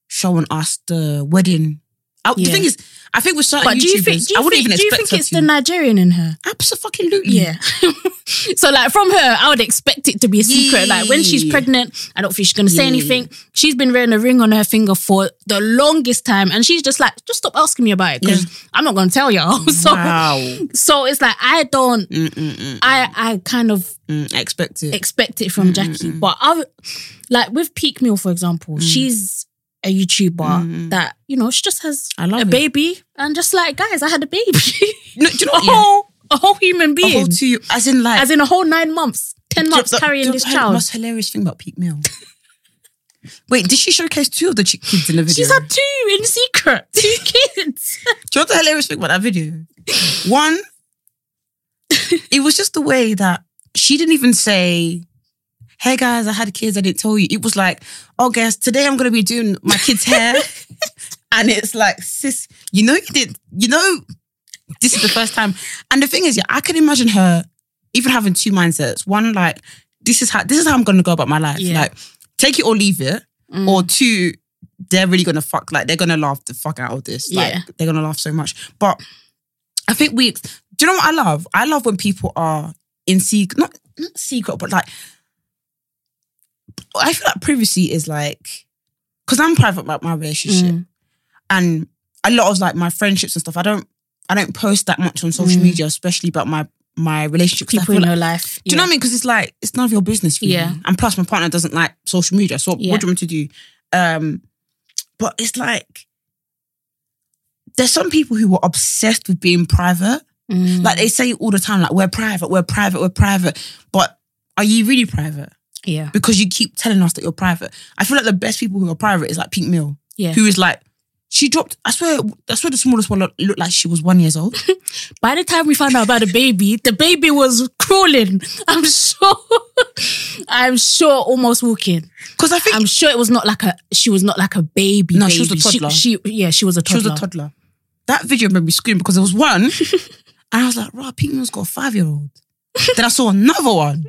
Speaker 2: showing us the wedding. I, The
Speaker 1: Yeah.
Speaker 2: thing is, I think with certain
Speaker 1: But
Speaker 2: YouTubers,
Speaker 1: do you think? Do you
Speaker 2: I wouldn't
Speaker 1: think,
Speaker 2: even
Speaker 1: do you think
Speaker 2: expect her
Speaker 1: it's
Speaker 2: to.
Speaker 1: the Nigerian in her?
Speaker 2: Absolutely.
Speaker 1: Yeah. so like from her, I would expect it to be a secret. Like when she's
Speaker 2: Yeah.
Speaker 1: pregnant, I don't think she's gonna say
Speaker 2: Yeah.
Speaker 1: anything. She's been wearing a ring on her finger for the longest time, and she's just like, just stop asking me about it because I'm not gonna tell y'all. so
Speaker 2: Wow.
Speaker 1: so it's like I don't.
Speaker 2: Mm-mm-mm.
Speaker 1: I I kind of
Speaker 2: Mm, Expect it.
Speaker 1: expect it from Jackie, but I would- like with Peak Meal for example,
Speaker 2: Mm.
Speaker 1: she's a YouTuber that you know she just has
Speaker 2: I love
Speaker 1: a
Speaker 2: it.
Speaker 1: baby and just like guys, I had a baby,
Speaker 2: no, do you know
Speaker 1: a
Speaker 2: what?
Speaker 1: whole a whole human
Speaker 2: Yeah. The
Speaker 1: being
Speaker 2: whole two, as in like
Speaker 1: Oh, as in a whole nine months, ten months
Speaker 2: Do- do-
Speaker 1: carrying
Speaker 2: do-
Speaker 1: this
Speaker 2: the
Speaker 1: child.
Speaker 2: Most hilarious thing about Peak Mill. Wait, did she showcase two of the ch- kids in the video?
Speaker 1: She's had two in secret, two kids.
Speaker 2: Do you know what the hilarious thing about that video? One, it was just the way that she didn't even say, Hey guys, I had kids, I didn't tell you. It was like, Oh, guys, today I'm gonna be doing my kids' hair. and it's like, sis, you know you did you know this is the first time. And the thing is, yeah, I can imagine her even having two mindsets. One, like, this is how this is how I'm gonna go about my life.
Speaker 1: Yeah.
Speaker 2: Like, take it or leave it.
Speaker 1: Mm.
Speaker 2: Or two, they're really gonna fuck like they're gonna laugh the fuck out of this. Like
Speaker 1: Yeah.
Speaker 2: they're gonna laugh so much. But I think we do you know what I love? I love when people are in secret not not secret, but like I feel like privacy is like because I'm private about my relationship
Speaker 1: Mm.
Speaker 2: and a lot of like my friendships and stuff, I don't I don't post that much on social
Speaker 1: Mm.
Speaker 2: media, especially about my my relationship. 'cause I
Speaker 1: People
Speaker 2: feel
Speaker 1: in
Speaker 2: like-
Speaker 1: your life.
Speaker 2: do you know what I mean? Because it's like it's none of your business. Really.
Speaker 1: Yeah.
Speaker 2: And plus, my partner doesn't like social media, so
Speaker 1: Yeah.
Speaker 2: what do you want me to do? Um, but it's like there's some people who are obsessed with being private.
Speaker 1: I mean?
Speaker 2: Like they say all the time, like we're private, we're private, we're private. But are you really private?
Speaker 1: yeah,
Speaker 2: Because you keep telling us that you're private. I feel like the best people who are private is like Pink Mill,
Speaker 1: yeah,
Speaker 2: who is like She dropped. I swear. I swear the smallest one lo- looked like she was one years old.
Speaker 1: By the time we found out about the baby, the baby was crawling. I'm sure. I'm sure, almost walking.
Speaker 2: Because I think
Speaker 1: I'm sure it was not like a. She was not like a baby.
Speaker 2: No, she was
Speaker 1: baby.
Speaker 2: a toddler.
Speaker 1: She, yeah, she was a
Speaker 2: she
Speaker 1: toddler.
Speaker 2: was a toddler. That video made me scream because there was one, and I was like, "Right, Pinkman's got a five-year-old." then I saw another one,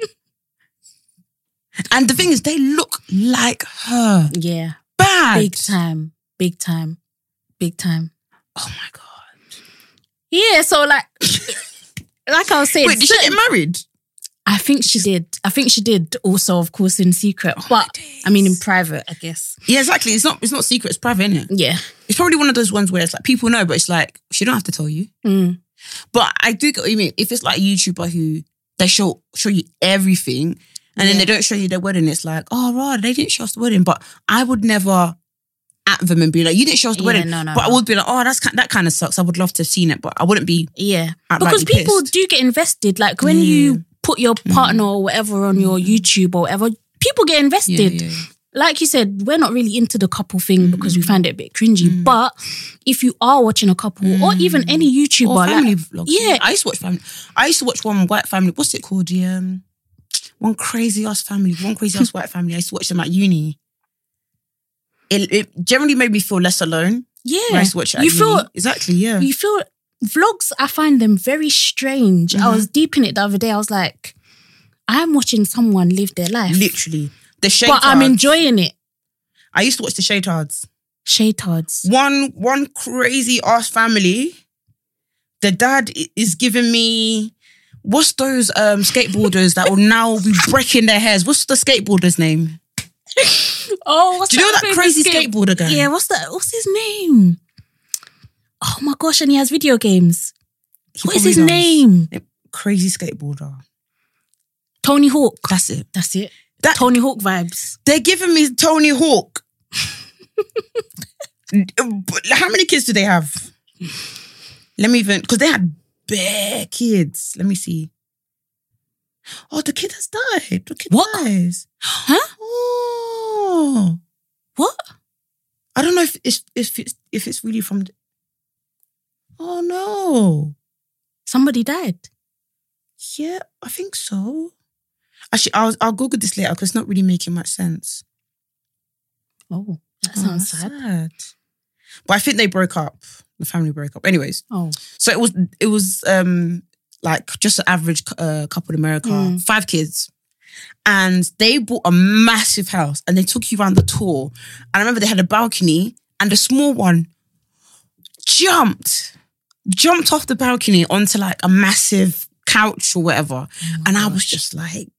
Speaker 2: and the thing is, they look like her.
Speaker 1: Yeah,
Speaker 2: Bad.
Speaker 1: big time, big time, big time.
Speaker 2: Oh my god.
Speaker 1: Yeah, so like, like I was saying,
Speaker 2: Wait, did she
Speaker 1: certain-
Speaker 2: get married?
Speaker 1: I think she did. I think she did also, of course, in secret,
Speaker 2: Oh,
Speaker 1: but I mean in private, I guess.
Speaker 2: Yeah, exactly. It's not. It's not secret. It's private, innit?
Speaker 1: Yeah.
Speaker 2: It's probably one of those ones where it's like people know, but it's like she don't have to tell you.
Speaker 1: Mm.
Speaker 2: But I do get what you mean. If it's like a YouTuber who they show show you everything and then
Speaker 1: Yeah.
Speaker 2: they don't show you their wedding, it's like, oh right, they didn't show us the wedding. But I would never at them and be like, you didn't show us the
Speaker 1: Yeah,
Speaker 2: wedding.
Speaker 1: no, no,
Speaker 2: but I
Speaker 1: no.
Speaker 2: would be like, oh, that's ki- that kind of sucks. I would love to have seen it, but I wouldn't be.
Speaker 1: Yeah.
Speaker 2: Outrightly
Speaker 1: Because people
Speaker 2: pissed.
Speaker 1: do get invested. Like when
Speaker 2: Yeah. Mm.
Speaker 1: you put your partner or whatever on your YouTube or whatever, people get invested. Like you said, we're not really into the couple thing
Speaker 2: Mm-hmm.
Speaker 1: because we find it a bit cringy.
Speaker 2: Mm.
Speaker 1: But if you are watching a couple or even any YouTuber,
Speaker 2: Or
Speaker 1: like-
Speaker 2: family vlogs.
Speaker 1: yeah.
Speaker 2: I used to watch family. I used to watch one white family. What's it called? The um, one crazy ass family. One crazy ass white family. I used to watch them at uni. It, it generally made me feel less alone.
Speaker 1: yeah,
Speaker 2: when I used to watch it at
Speaker 1: you
Speaker 2: uni.
Speaker 1: feel
Speaker 2: exactly, yeah.
Speaker 1: you feel vlogs i find them very strange i was
Speaker 2: Mm-hmm.
Speaker 1: deep in it the other day i was like i'm watching someone live their life
Speaker 2: Literally. The shade
Speaker 1: but i'm enjoying it
Speaker 2: I used to watch the Shaytards.
Speaker 1: shaytards
Speaker 2: One one crazy ass family. The dad i- is giving me what's those um skateboarders that will now be breaking their hairs? What's the skateboarder's name?
Speaker 1: oh what's
Speaker 2: Do you know that
Speaker 1: baby
Speaker 2: crazy
Speaker 1: skate-
Speaker 2: skateboarder guy?
Speaker 1: yeah what's that what's his name oh my gosh and he has video games
Speaker 2: He
Speaker 1: what is
Speaker 2: probably
Speaker 1: his
Speaker 2: does.
Speaker 1: name
Speaker 2: Crazy skateboarder.
Speaker 1: tony hawk
Speaker 2: That's it.
Speaker 1: that's it
Speaker 2: That-
Speaker 1: tony hawk vibes
Speaker 2: They're giving me Tony Hawk. But How many kids do they have? Let me even because they had bare kids. Let me see. Oh, the kid has died. The kid
Speaker 1: What?
Speaker 2: dies.
Speaker 1: huh
Speaker 2: Oh,
Speaker 1: what
Speaker 2: I don't know if it's if it's if it's really from. The, oh no!
Speaker 1: somebody died
Speaker 2: Yeah, I think so. Actually, I'll I'll Google this later because it's not really making much sense.
Speaker 1: oh that
Speaker 2: Oh,
Speaker 1: sounds
Speaker 2: that's
Speaker 1: sad
Speaker 2: sad. But I think they broke up. The family broke up. Anyways,
Speaker 1: oh
Speaker 2: so it was it was um like just an average uh, couple in America,
Speaker 1: Mm.
Speaker 2: five kids, and they bought a massive house and they took you around the tour. And I remember they had a balcony and the small one jumped, jumped off the balcony onto like a massive couch or whatever,
Speaker 1: Oh
Speaker 2: and I was just like,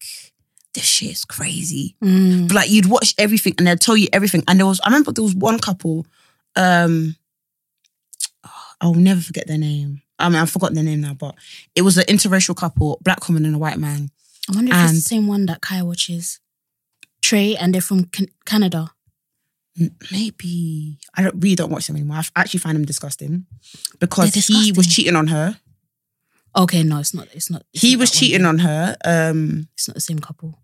Speaker 2: this shit is crazy.
Speaker 1: Mm.
Speaker 2: But like you'd watch everything and they'd tell you everything. And there was, I remember there was one couple, um, oh, I'll never forget their name. I mean, I've forgotten their name now, but it was an interracial couple, black woman and a white man.
Speaker 1: I wonder if it's the
Speaker 2: And-
Speaker 1: same one that Kai watches. Trey, and they're from can- Canada.
Speaker 2: M- Maybe I don't really don't watch them anymore. I f- actually find them disgusting because
Speaker 1: They're
Speaker 2: he was
Speaker 1: disgusting.
Speaker 2: cheating on her.
Speaker 1: Okay, no, it's not. It's not. it's
Speaker 2: He
Speaker 1: not
Speaker 2: was
Speaker 1: that one.
Speaker 2: cheating on her. Um,
Speaker 1: It's not the same couple.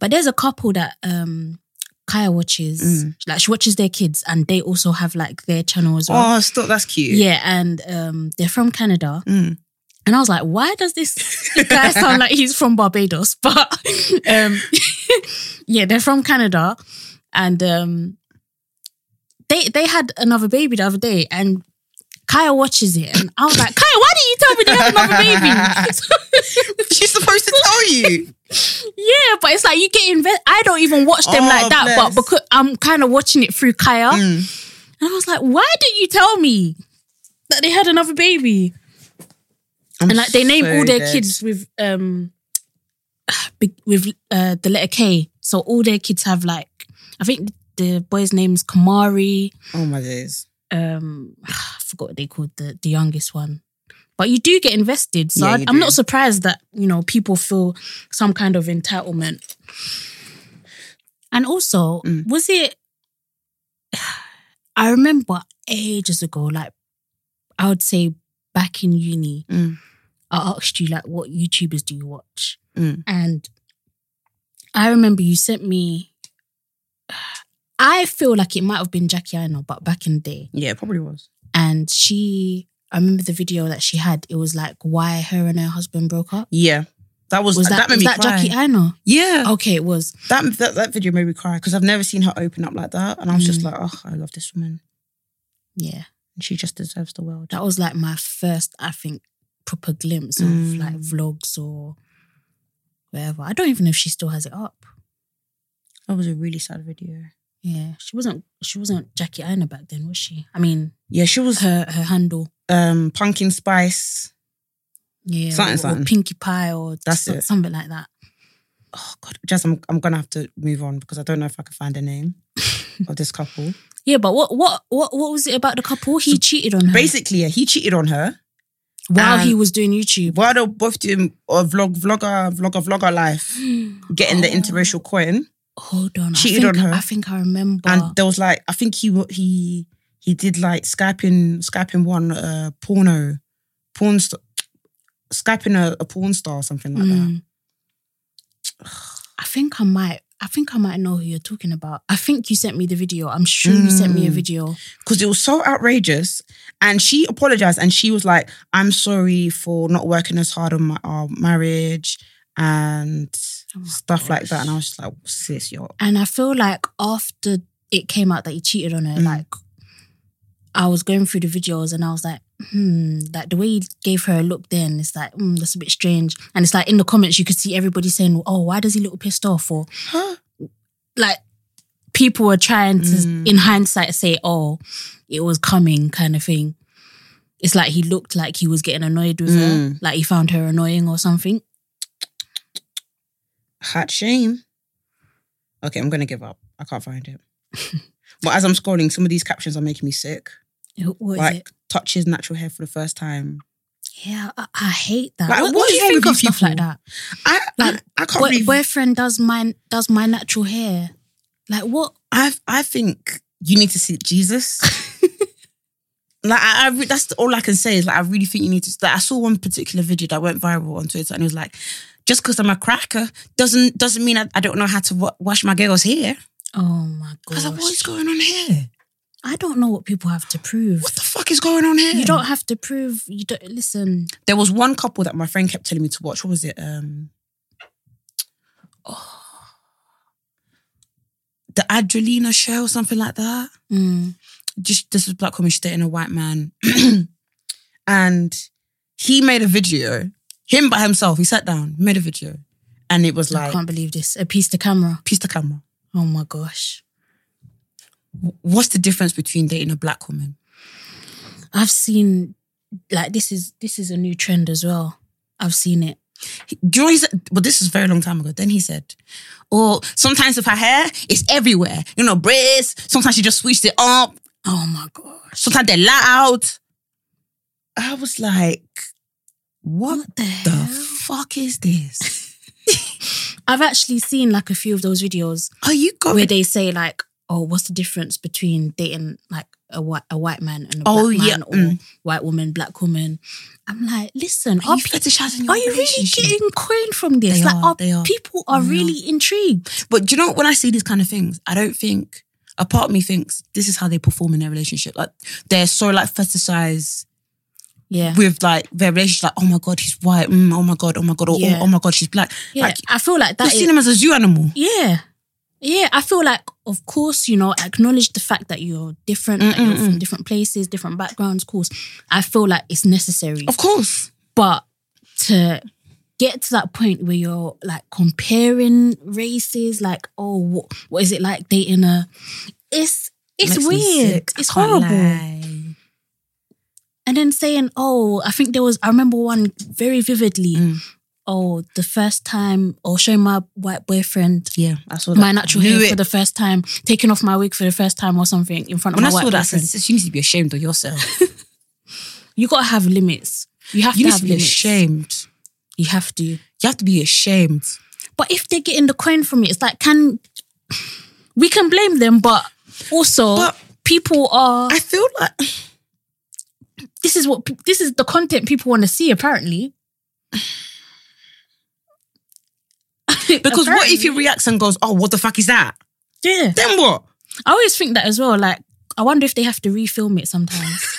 Speaker 1: But there's a couple that um Kaya watches.
Speaker 2: Mm.
Speaker 1: Like she watches their kids, and they also have like their channel as well.
Speaker 2: oh, still that's cute.
Speaker 1: yeah, and um they're from Canada.
Speaker 2: Mm.
Speaker 1: And I was like, why does this guy sound like he's from Barbados? But um, yeah, they're from Canada. And um, they they had another baby the other day and Kaya watches it. And I was like, Kaya, why didn't you tell me they had another baby?
Speaker 2: She's supposed to tell you.
Speaker 1: yeah, but it's like you get invested. I don't even watch them
Speaker 2: Oh,
Speaker 1: like that,
Speaker 2: bless.
Speaker 1: but because I'm kind of watching it through Kaya.
Speaker 2: Mm.
Speaker 1: And I was like, why didn't you tell me that they had another baby?
Speaker 2: I'm
Speaker 1: and like they name
Speaker 2: so
Speaker 1: all their
Speaker 2: dead.
Speaker 1: kids with um big- with uh the letter K. So all their kids have like I think the boy's name's Kamari.
Speaker 2: Oh my days.
Speaker 1: Um, I forgot what they called the the youngest one. But you do get invested, so
Speaker 2: Yeah,
Speaker 1: I-
Speaker 2: you
Speaker 1: I'm
Speaker 2: do.
Speaker 1: not surprised that you know people feel some kind of entitlement. And also,
Speaker 2: Mm.
Speaker 1: was it? I remember ages ago, like I would say back in uni,
Speaker 2: Mm.
Speaker 1: I asked you like what YouTubers do you watch?
Speaker 2: Mm.
Speaker 1: And I remember you sent me I feel like it might have been Jackie I know, but back in the day.
Speaker 2: Yeah, it probably was.
Speaker 1: And she, I remember the video that she had. It was like why her and her husband broke up.
Speaker 2: Yeah. That was,
Speaker 1: Was that,
Speaker 2: that, made
Speaker 1: was
Speaker 2: me
Speaker 1: that
Speaker 2: cry.
Speaker 1: Jackie Oh. I know?
Speaker 2: yeah.
Speaker 1: Okay, it was.
Speaker 2: That, that that video made me cry because I've never seen her open up like that. And I was just
Speaker 1: Mm.
Speaker 2: like, oh, I love this woman.
Speaker 1: Yeah,
Speaker 2: And she just deserves the world.
Speaker 1: that was like my first, I think, proper glimpse of
Speaker 2: Mm.
Speaker 1: like vlogs or wherever. I don't even know if she still has it up.
Speaker 2: That was a really sad video.
Speaker 1: Yeah, she wasn't. She wasn't Jackie Aina back then, was she? I mean,
Speaker 2: Yeah, she was
Speaker 1: her her handle.
Speaker 2: um pumpkin spice.
Speaker 1: Yeah,
Speaker 2: Something,
Speaker 1: or, or
Speaker 2: something.
Speaker 1: Pinkie Pie or
Speaker 2: That's
Speaker 1: so-
Speaker 2: it.
Speaker 1: something like that.
Speaker 2: Oh god, Jess, I'm I'm gonna have to move on because I don't know if I can find a name of this couple.
Speaker 1: Yeah, but what what what what was it about the couple? He
Speaker 2: So
Speaker 1: cheated on her
Speaker 2: Basically, yeah, he cheated on her
Speaker 1: while he
Speaker 2: and-
Speaker 1: was doing YouTube.
Speaker 2: while they're both doing a vlog vlogger vlogger vlogger life, getting the
Speaker 1: Oh.
Speaker 2: interracial coin.
Speaker 1: Hold on,
Speaker 2: Cheated
Speaker 1: I think,
Speaker 2: on her.
Speaker 1: I think I remember.
Speaker 2: And there was like, I think he wa- he he did like skyping skyping one uh porno porn st- skyping a, a porn star or something like that.
Speaker 1: Mm. I think I might. I think I might know who you're talking about. I think you sent me the video. I'm sure you sent me a
Speaker 2: Mm.
Speaker 1: video.
Speaker 2: because it was so outrageous. And she apologized and she was like, I'm sorry for not working as hard on my our marriage and
Speaker 1: Oh my
Speaker 2: stuff like that. And I
Speaker 1: gosh.
Speaker 2: was just like, sis, yo.
Speaker 1: And I feel like after it came out that he cheated on her,
Speaker 2: Mm.
Speaker 1: like I was going through the videos and I was like, hmm, like the way he gave her a look then, it's like, hmm, that's a bit strange. And it's like in the comments, you could see everybody saying, oh, why does he look pissed off? Or like people were trying to,
Speaker 2: Mm.
Speaker 1: in hindsight, say, oh, it was coming kind of thing. It's like he looked like he was getting annoyed with her,
Speaker 2: Mm.
Speaker 1: like he found her annoying or something.
Speaker 2: Hot shame. Okay, I'm gonna give up. I can't find it. but as I'm scrolling, some of these captions are making me sick.
Speaker 1: Wh- What is
Speaker 2: like
Speaker 1: it?
Speaker 2: touches natural hair for the first time.
Speaker 1: Yeah, I, I hate that.
Speaker 2: Like,
Speaker 1: what,
Speaker 2: what
Speaker 1: what do
Speaker 2: is
Speaker 1: you
Speaker 2: wrong
Speaker 1: think
Speaker 2: with
Speaker 1: of
Speaker 2: you
Speaker 1: stuff like
Speaker 2: people?
Speaker 1: that?
Speaker 2: I
Speaker 1: Like,
Speaker 2: I, I can't
Speaker 1: Boy,
Speaker 2: believe
Speaker 1: boyfriend does my does my natural hair. Like what?
Speaker 2: I I think you need to see Jesus. like I, I re- that's all I can say is like I really think you need to. Like I saw one particular video that went viral on Twitter, and it was like, just because I'm a cracker doesn't doesn't mean I, I don't know how to wa- wash my girl's hair.
Speaker 1: Oh my
Speaker 2: I was like, what is
Speaker 1: gosh!
Speaker 2: going on here?
Speaker 1: I don't know what people have to prove.
Speaker 2: What the fuck is going on here?
Speaker 1: You don't have to prove. You don't listen.
Speaker 2: There was one couple that my friend kept telling me to watch. What was it? Um, oh, the Adrelina show or something like that.
Speaker 1: Mm.
Speaker 2: just this was black woman, she's dating a white man. and he made a video. Him by himself, he sat down, made a video. And it was
Speaker 1: I
Speaker 2: like
Speaker 1: can't believe this. A piece to camera.
Speaker 2: piece to camera.
Speaker 1: Oh my gosh!
Speaker 2: W- What's the difference between dating a black woman?
Speaker 1: I've seen like this is this is a new trend as well. I've seen it.
Speaker 2: He- Do you know what he said? But this was a very long time ago. Then he said, Oh, sometimes with her hair, it's everywhere. You know, braids. Sometimes she just switched it up.
Speaker 1: Oh my gosh!
Speaker 2: Sometimes they're loud. I was like, What,
Speaker 1: What the
Speaker 2: the
Speaker 1: hell?
Speaker 2: fuck is this?
Speaker 1: I've actually seen like a few of those videos.
Speaker 2: Are you going
Speaker 1: where they say like, "Oh, what's the difference between dating like a white a white man and a
Speaker 2: Oh,
Speaker 1: black man
Speaker 2: yeah,
Speaker 1: or
Speaker 2: mm.
Speaker 1: white woman, black woman?" I'm like, listen,
Speaker 2: Are
Speaker 1: are,
Speaker 2: you
Speaker 1: pe-
Speaker 2: fetishizing your
Speaker 1: are you really
Speaker 2: relationship?
Speaker 1: getting coin from this?
Speaker 2: They
Speaker 1: like,
Speaker 2: are,
Speaker 1: are,
Speaker 2: they are.
Speaker 1: people are
Speaker 2: They are.
Speaker 1: really intrigued?
Speaker 2: But do you know when I see these kind of things, I don't think a part of me thinks this is how they perform in their relationship. Like they're so like fetishized
Speaker 1: Yeah,
Speaker 2: with like their relationship. Like oh my god, he's white. Mm, oh my god, oh my god. Or,
Speaker 1: Yeah.
Speaker 2: oh, oh my god, she's black.
Speaker 1: yeah.
Speaker 2: Like
Speaker 1: I feel like
Speaker 2: you've
Speaker 1: that.
Speaker 2: seen
Speaker 1: Is,
Speaker 2: him as a zoo animal.
Speaker 1: yeah, yeah. I feel like, of course, you know, acknowledge the fact that you're different, that you're from different places, different backgrounds. Of course, I feel like it's necessary.
Speaker 2: Of course.
Speaker 1: but to get to that point where you're like comparing races like oh what, what is it like dating a it's it's
Speaker 2: Makes me
Speaker 1: weird
Speaker 2: sick. I
Speaker 1: it's
Speaker 2: can't
Speaker 1: horrible
Speaker 2: lie.
Speaker 1: and then saying oh i think there was i remember one very vividly
Speaker 2: Mm.
Speaker 1: oh the first time or showing my white boyfriend
Speaker 2: Yeah, I saw that.
Speaker 1: my natural
Speaker 2: Knew
Speaker 1: hair
Speaker 2: it.
Speaker 1: for the first time taking off my wig for the first time or something in front of
Speaker 2: when
Speaker 1: my
Speaker 2: I saw
Speaker 1: white
Speaker 2: that, I said,
Speaker 1: boyfriend
Speaker 2: "Sis, you need to be ashamed of yourself.
Speaker 1: you gotta have limits you have
Speaker 2: You
Speaker 1: to
Speaker 2: need
Speaker 1: have
Speaker 2: to be
Speaker 1: limits
Speaker 2: ashamed.
Speaker 1: you have to
Speaker 2: You have to be ashamed.
Speaker 1: But if they're getting the coin from it, it's like can we can blame them, but also
Speaker 2: But-
Speaker 1: people are.
Speaker 2: I feel like
Speaker 1: this is what pe- this is the content people want to see. Apparently,
Speaker 2: because what if he reacts and goes, "Oh, what the fuck is that?"
Speaker 1: yeah,
Speaker 2: Then what?
Speaker 1: I always think that as well. Like, I wonder if they have to refilm it sometimes.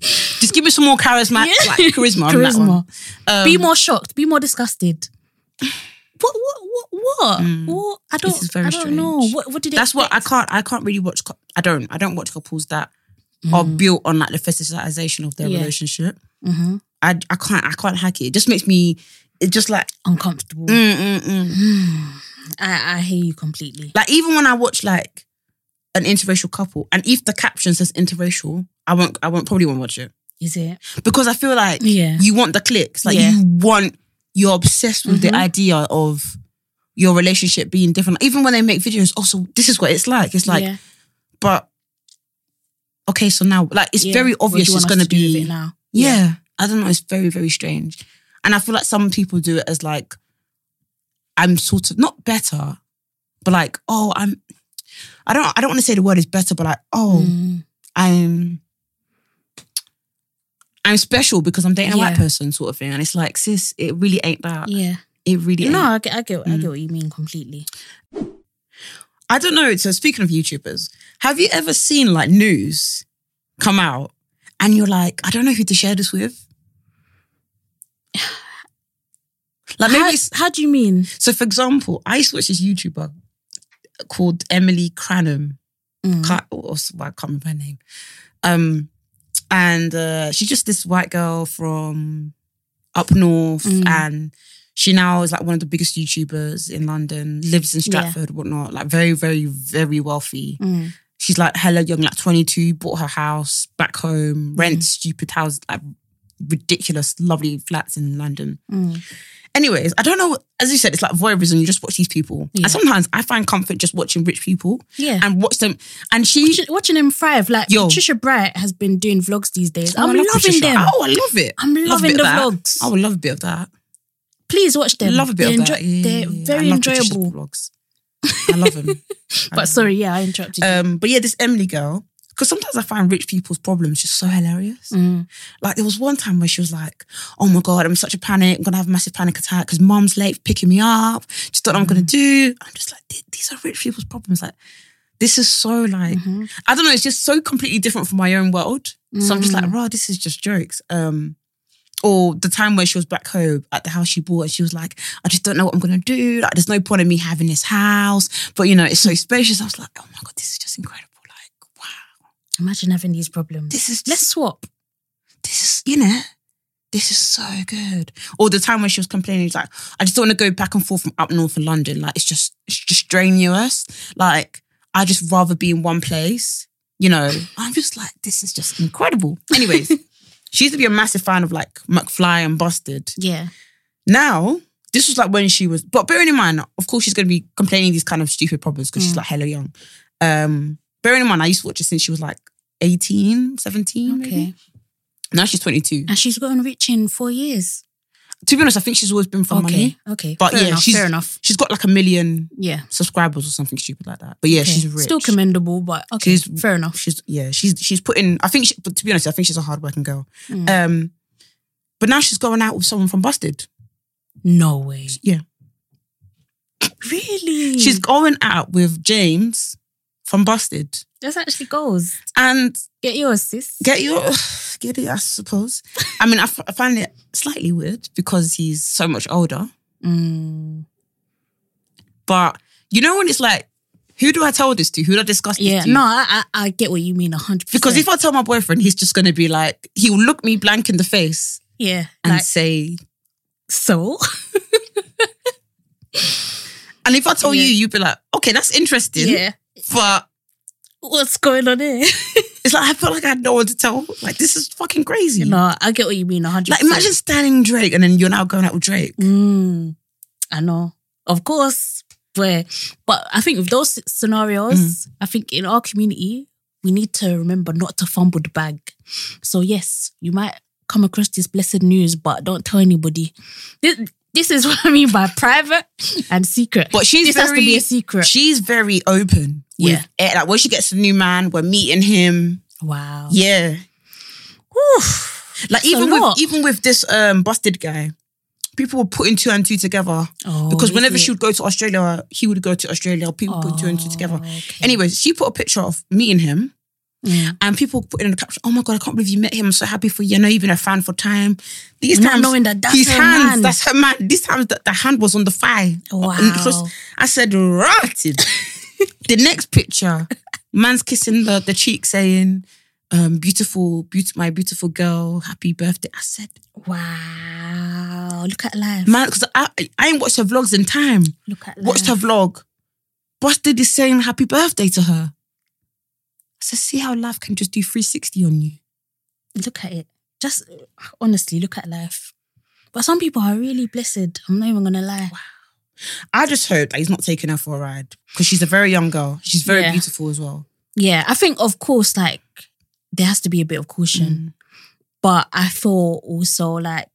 Speaker 2: Just give me some more charisma,
Speaker 1: Yeah.
Speaker 2: like charisma, on that one.
Speaker 1: Charisma.
Speaker 2: Um,
Speaker 1: be more shocked. Be more disgusted. What? What? What? What?
Speaker 2: Mm.
Speaker 1: what? I don't.
Speaker 2: is very
Speaker 1: I don't know.
Speaker 2: strange.
Speaker 1: What? What did it?
Speaker 2: That's what I can't. I can't really watch. cou- I don't. I don't watch couples that are built on like the fetishization of their
Speaker 1: Mm. Yeah.
Speaker 2: relationship.
Speaker 1: hmm
Speaker 2: I, I can't. I can't hack it. It just makes me. It just like
Speaker 1: Uncomfortable.
Speaker 2: mm, mm,
Speaker 1: Mm-hmm.
Speaker 2: mm.
Speaker 1: I I hear you completely.
Speaker 2: like even when I watch like an interracial couple, and if the caption says interracial, I won't. I won't probably won't watch it
Speaker 1: Is it?
Speaker 2: because I feel like
Speaker 1: Yeah.
Speaker 2: you want the clicks. Like
Speaker 1: Yeah.
Speaker 2: you want. You're obsessed with
Speaker 1: Mhm.
Speaker 2: the idea of your relationship being different. Even when they make videos, also this is what it's like. It's like,
Speaker 1: yeah.
Speaker 2: but okay, so now like it's
Speaker 1: Yeah.
Speaker 2: very
Speaker 1: What do
Speaker 2: obvious
Speaker 1: you
Speaker 2: it's
Speaker 1: want us
Speaker 2: going to
Speaker 1: do with
Speaker 2: be
Speaker 1: it now.
Speaker 2: Yeah. I don't know. It's very, very strange. And I feel like some people do it as like, I'm sort of not better, but like, oh, I'm I don't I don't want to say the word is better, but like, oh,
Speaker 1: Mm.
Speaker 2: I'm I'm special because I'm dating a white
Speaker 1: Yeah.
Speaker 2: person sort of thing. And it's like, sis, it really ain't that.
Speaker 1: Yeah.
Speaker 2: It really
Speaker 1: No,
Speaker 2: ain't.
Speaker 1: I get. I get.
Speaker 2: Mm.
Speaker 1: I get what you mean completely.
Speaker 2: I don't know. So speaking of YouTubers, have you ever seen like news come out and you're like, I don't know who to share this with? Like maybe
Speaker 1: How,
Speaker 2: it's,
Speaker 1: how do you mean?
Speaker 2: so for example, I used to watch this YouTuber called Emily Cranham.
Speaker 1: Mm.
Speaker 2: Ca- or- or- well, oh, I can't remember her name. Um, and uh, she's just this white girl from up north,
Speaker 1: Mm.
Speaker 2: and she now is like one of the biggest YouTubers in London. Lives in
Speaker 1: Yeah.
Speaker 2: Stratford, whatnot. Like very, very, very wealthy.
Speaker 1: Mm.
Speaker 2: She's like hella young, like 22, bought her house back
Speaker 1: Mm.
Speaker 2: home, rents stupid house, like ridiculous, lovely flats in London.
Speaker 1: Mm.
Speaker 2: Anyways, I don't know. As you said, it's like voyeurism. You just watch these people.
Speaker 1: Yeah.
Speaker 2: And sometimes I find comfort just watching rich people
Speaker 1: Yeah.
Speaker 2: and watch them. And she.
Speaker 1: Watching- watching them thrive, like
Speaker 2: Yo.
Speaker 1: Patricia Bright has been doing vlogs these days.
Speaker 2: Oh, I
Speaker 1: I'm
Speaker 2: love
Speaker 1: loving
Speaker 2: Patricia.
Speaker 1: them.
Speaker 2: Oh, I love it.
Speaker 1: I'm
Speaker 2: Love a
Speaker 1: loving
Speaker 2: bit
Speaker 1: the
Speaker 2: of that. Oh,
Speaker 1: vlogs.
Speaker 2: I would love a bit of that.
Speaker 1: Please watch them.
Speaker 2: Love a bit
Speaker 1: they're
Speaker 2: of that.
Speaker 1: enjoy-
Speaker 2: Yeah,
Speaker 1: they're
Speaker 2: yeah, yeah.
Speaker 1: very
Speaker 2: I love Patricia's
Speaker 1: enjoyable.
Speaker 2: vlogs. I love them.
Speaker 1: But sorry, yeah, I interrupted.
Speaker 2: Um, but yeah, this Emily girl. Because sometimes I find rich people's problems just so hilarious.
Speaker 1: you. Mm.
Speaker 2: Like there was one time where she was like, "Oh my god, I'm in such a panic. I'm gonna have a massive panic attack because mom's late picking me up. Just don't know what I'm
Speaker 1: Mm.
Speaker 2: gonna do." I'm just like, "Th- "These are rich people's problems. Like, this is so like,
Speaker 1: Mhm.
Speaker 2: I don't know. It's just so completely different from my own world. So I'm just like, "Raw, this is just jokes." Um, or the time where she was back home at the house she bought, and she was like, "I just don't know what I'm gonna do. Like, there's no point in me having this house, but you know, it's so spacious." I was like, "Oh my god, this is just incredible. Like, wow,
Speaker 1: Imagine having these problems.
Speaker 2: this is
Speaker 1: Let's swap.
Speaker 2: this is, you know, this is so good. Or the time when she was complaining, it's like, I just don't want to go back and forth from up north and London. Like, it's just, it's just strenuous. Like, I just rather be in one place, you know. I'm just like, this is just incredible. Anyways, she used to be a massive fan of like McFly and Busted.
Speaker 1: Yeah.
Speaker 2: Now, this was like when she was, but bearing in mind, of course, she's going to be complaining these kind of stupid problems because she's
Speaker 1: Mm.
Speaker 2: like hella young. Um, bearing in mind, I used to watch her since she was like 18, 17. Okay.
Speaker 1: Okay.
Speaker 2: Now she's 22.
Speaker 1: And she's gotten rich in four years.
Speaker 2: to be honest, I think she's always been for
Speaker 1: okay.
Speaker 2: money.
Speaker 1: Okay.
Speaker 2: But
Speaker 1: fair
Speaker 2: yeah,
Speaker 1: enough,
Speaker 2: she's-
Speaker 1: fair enough.
Speaker 2: She's got like a million
Speaker 1: Yeah.
Speaker 2: subscribers or something stupid like that. But yeah,
Speaker 1: Okay.
Speaker 2: she's rich.
Speaker 1: Still commendable, but okay.
Speaker 2: She's-
Speaker 1: fair enough.
Speaker 2: She's yeah, she's she's putting. I think, she, but to be honest, I think she's a hardworking girl.
Speaker 1: Mm.
Speaker 2: Um, but now she's going out with someone from Busted.
Speaker 1: No way.
Speaker 2: Yeah,
Speaker 1: Really?
Speaker 2: she's going out with James from Busted,
Speaker 1: that's actually goals.
Speaker 2: and
Speaker 1: Get yours, sis.
Speaker 2: get your get it. I suppose. I mean, I, f- I find it slightly weird because he's so much older.
Speaker 1: Mm.
Speaker 2: But you know when it's like, who do I tell this to? Who do I discuss this
Speaker 1: Yeah.
Speaker 2: to?
Speaker 1: No, I, I I get what you mean hundred percent.
Speaker 2: Because if I tell my boyfriend, he's just going to be like, he will look me blank in the face
Speaker 1: yeah,
Speaker 2: and
Speaker 1: like
Speaker 2: say,
Speaker 1: so.
Speaker 2: and if I tell
Speaker 1: Yeah.
Speaker 2: you, you'd be like, okay, that's interesting.
Speaker 1: Yeah.
Speaker 2: But
Speaker 1: What's going on here?
Speaker 2: it's like, I feel like I had no one to tell. Like, this is fucking crazy.
Speaker 1: no, I get what you mean hundred.
Speaker 2: like, imagine standing Drake and then you're now going out with Drake.
Speaker 1: Mm, I know. Of course. But, but I think with those scenarios,
Speaker 2: Mm.
Speaker 1: I think in our community, we need to remember not to fumble the bag. So, yes, you might come across this blessed news, but don't tell anybody. This, this is what I mean by private and secret.
Speaker 2: But she's
Speaker 1: this has to
Speaker 2: very-
Speaker 1: be a secret.
Speaker 2: She's very open. with
Speaker 1: Yeah.
Speaker 2: it. Like, when she gets a new man, we're meeting him.
Speaker 1: wow.
Speaker 2: Yeah.
Speaker 1: Oof.
Speaker 2: Like,
Speaker 1: Oh. That's a
Speaker 2: even with,
Speaker 1: lot.
Speaker 2: even with this um busted guy, people were putting two and two together
Speaker 1: Oh,
Speaker 2: because
Speaker 1: is
Speaker 2: whenever
Speaker 1: it?
Speaker 2: she would go to Australia, he would go to Australia. People put two and two together.
Speaker 1: Oh, okay.
Speaker 2: Anyways, she put a picture of meeting him.
Speaker 1: Mm.
Speaker 2: And people put in the caption, "Oh my god, I can't believe you met him. I'm so happy for you. I know you've been a fan for time. These
Speaker 1: Not
Speaker 2: times,
Speaker 1: knowing that that's
Speaker 2: his
Speaker 1: her
Speaker 2: hands,
Speaker 1: man.
Speaker 2: that's her man. These times, that the hand was on the thigh.
Speaker 1: Wow.
Speaker 2: And it was- I said, "Rotted." the next picture, man's kissing the, the cheek, saying, um, "Beautiful, beautiful, my beautiful girl, happy birthday." I said,
Speaker 1: Wow. Look at life.
Speaker 2: "Man, because I, I ain't watched her vlogs in time.
Speaker 1: Look at life.
Speaker 2: Watched her vlog. Busted is saying happy birthday to her." I said, "See how life can just do 360 on you."
Speaker 1: Look at it. Just honestly, look at life. But some people are really blessed. I'm not even gonna lie.
Speaker 2: I just hope that he's not taking her for a ride because she's a very young girl. She's very
Speaker 1: Yeah.
Speaker 2: beautiful as well.
Speaker 1: Yeah, I think of course, like there has to be a bit of
Speaker 2: Mm.
Speaker 1: caution. But I feel also like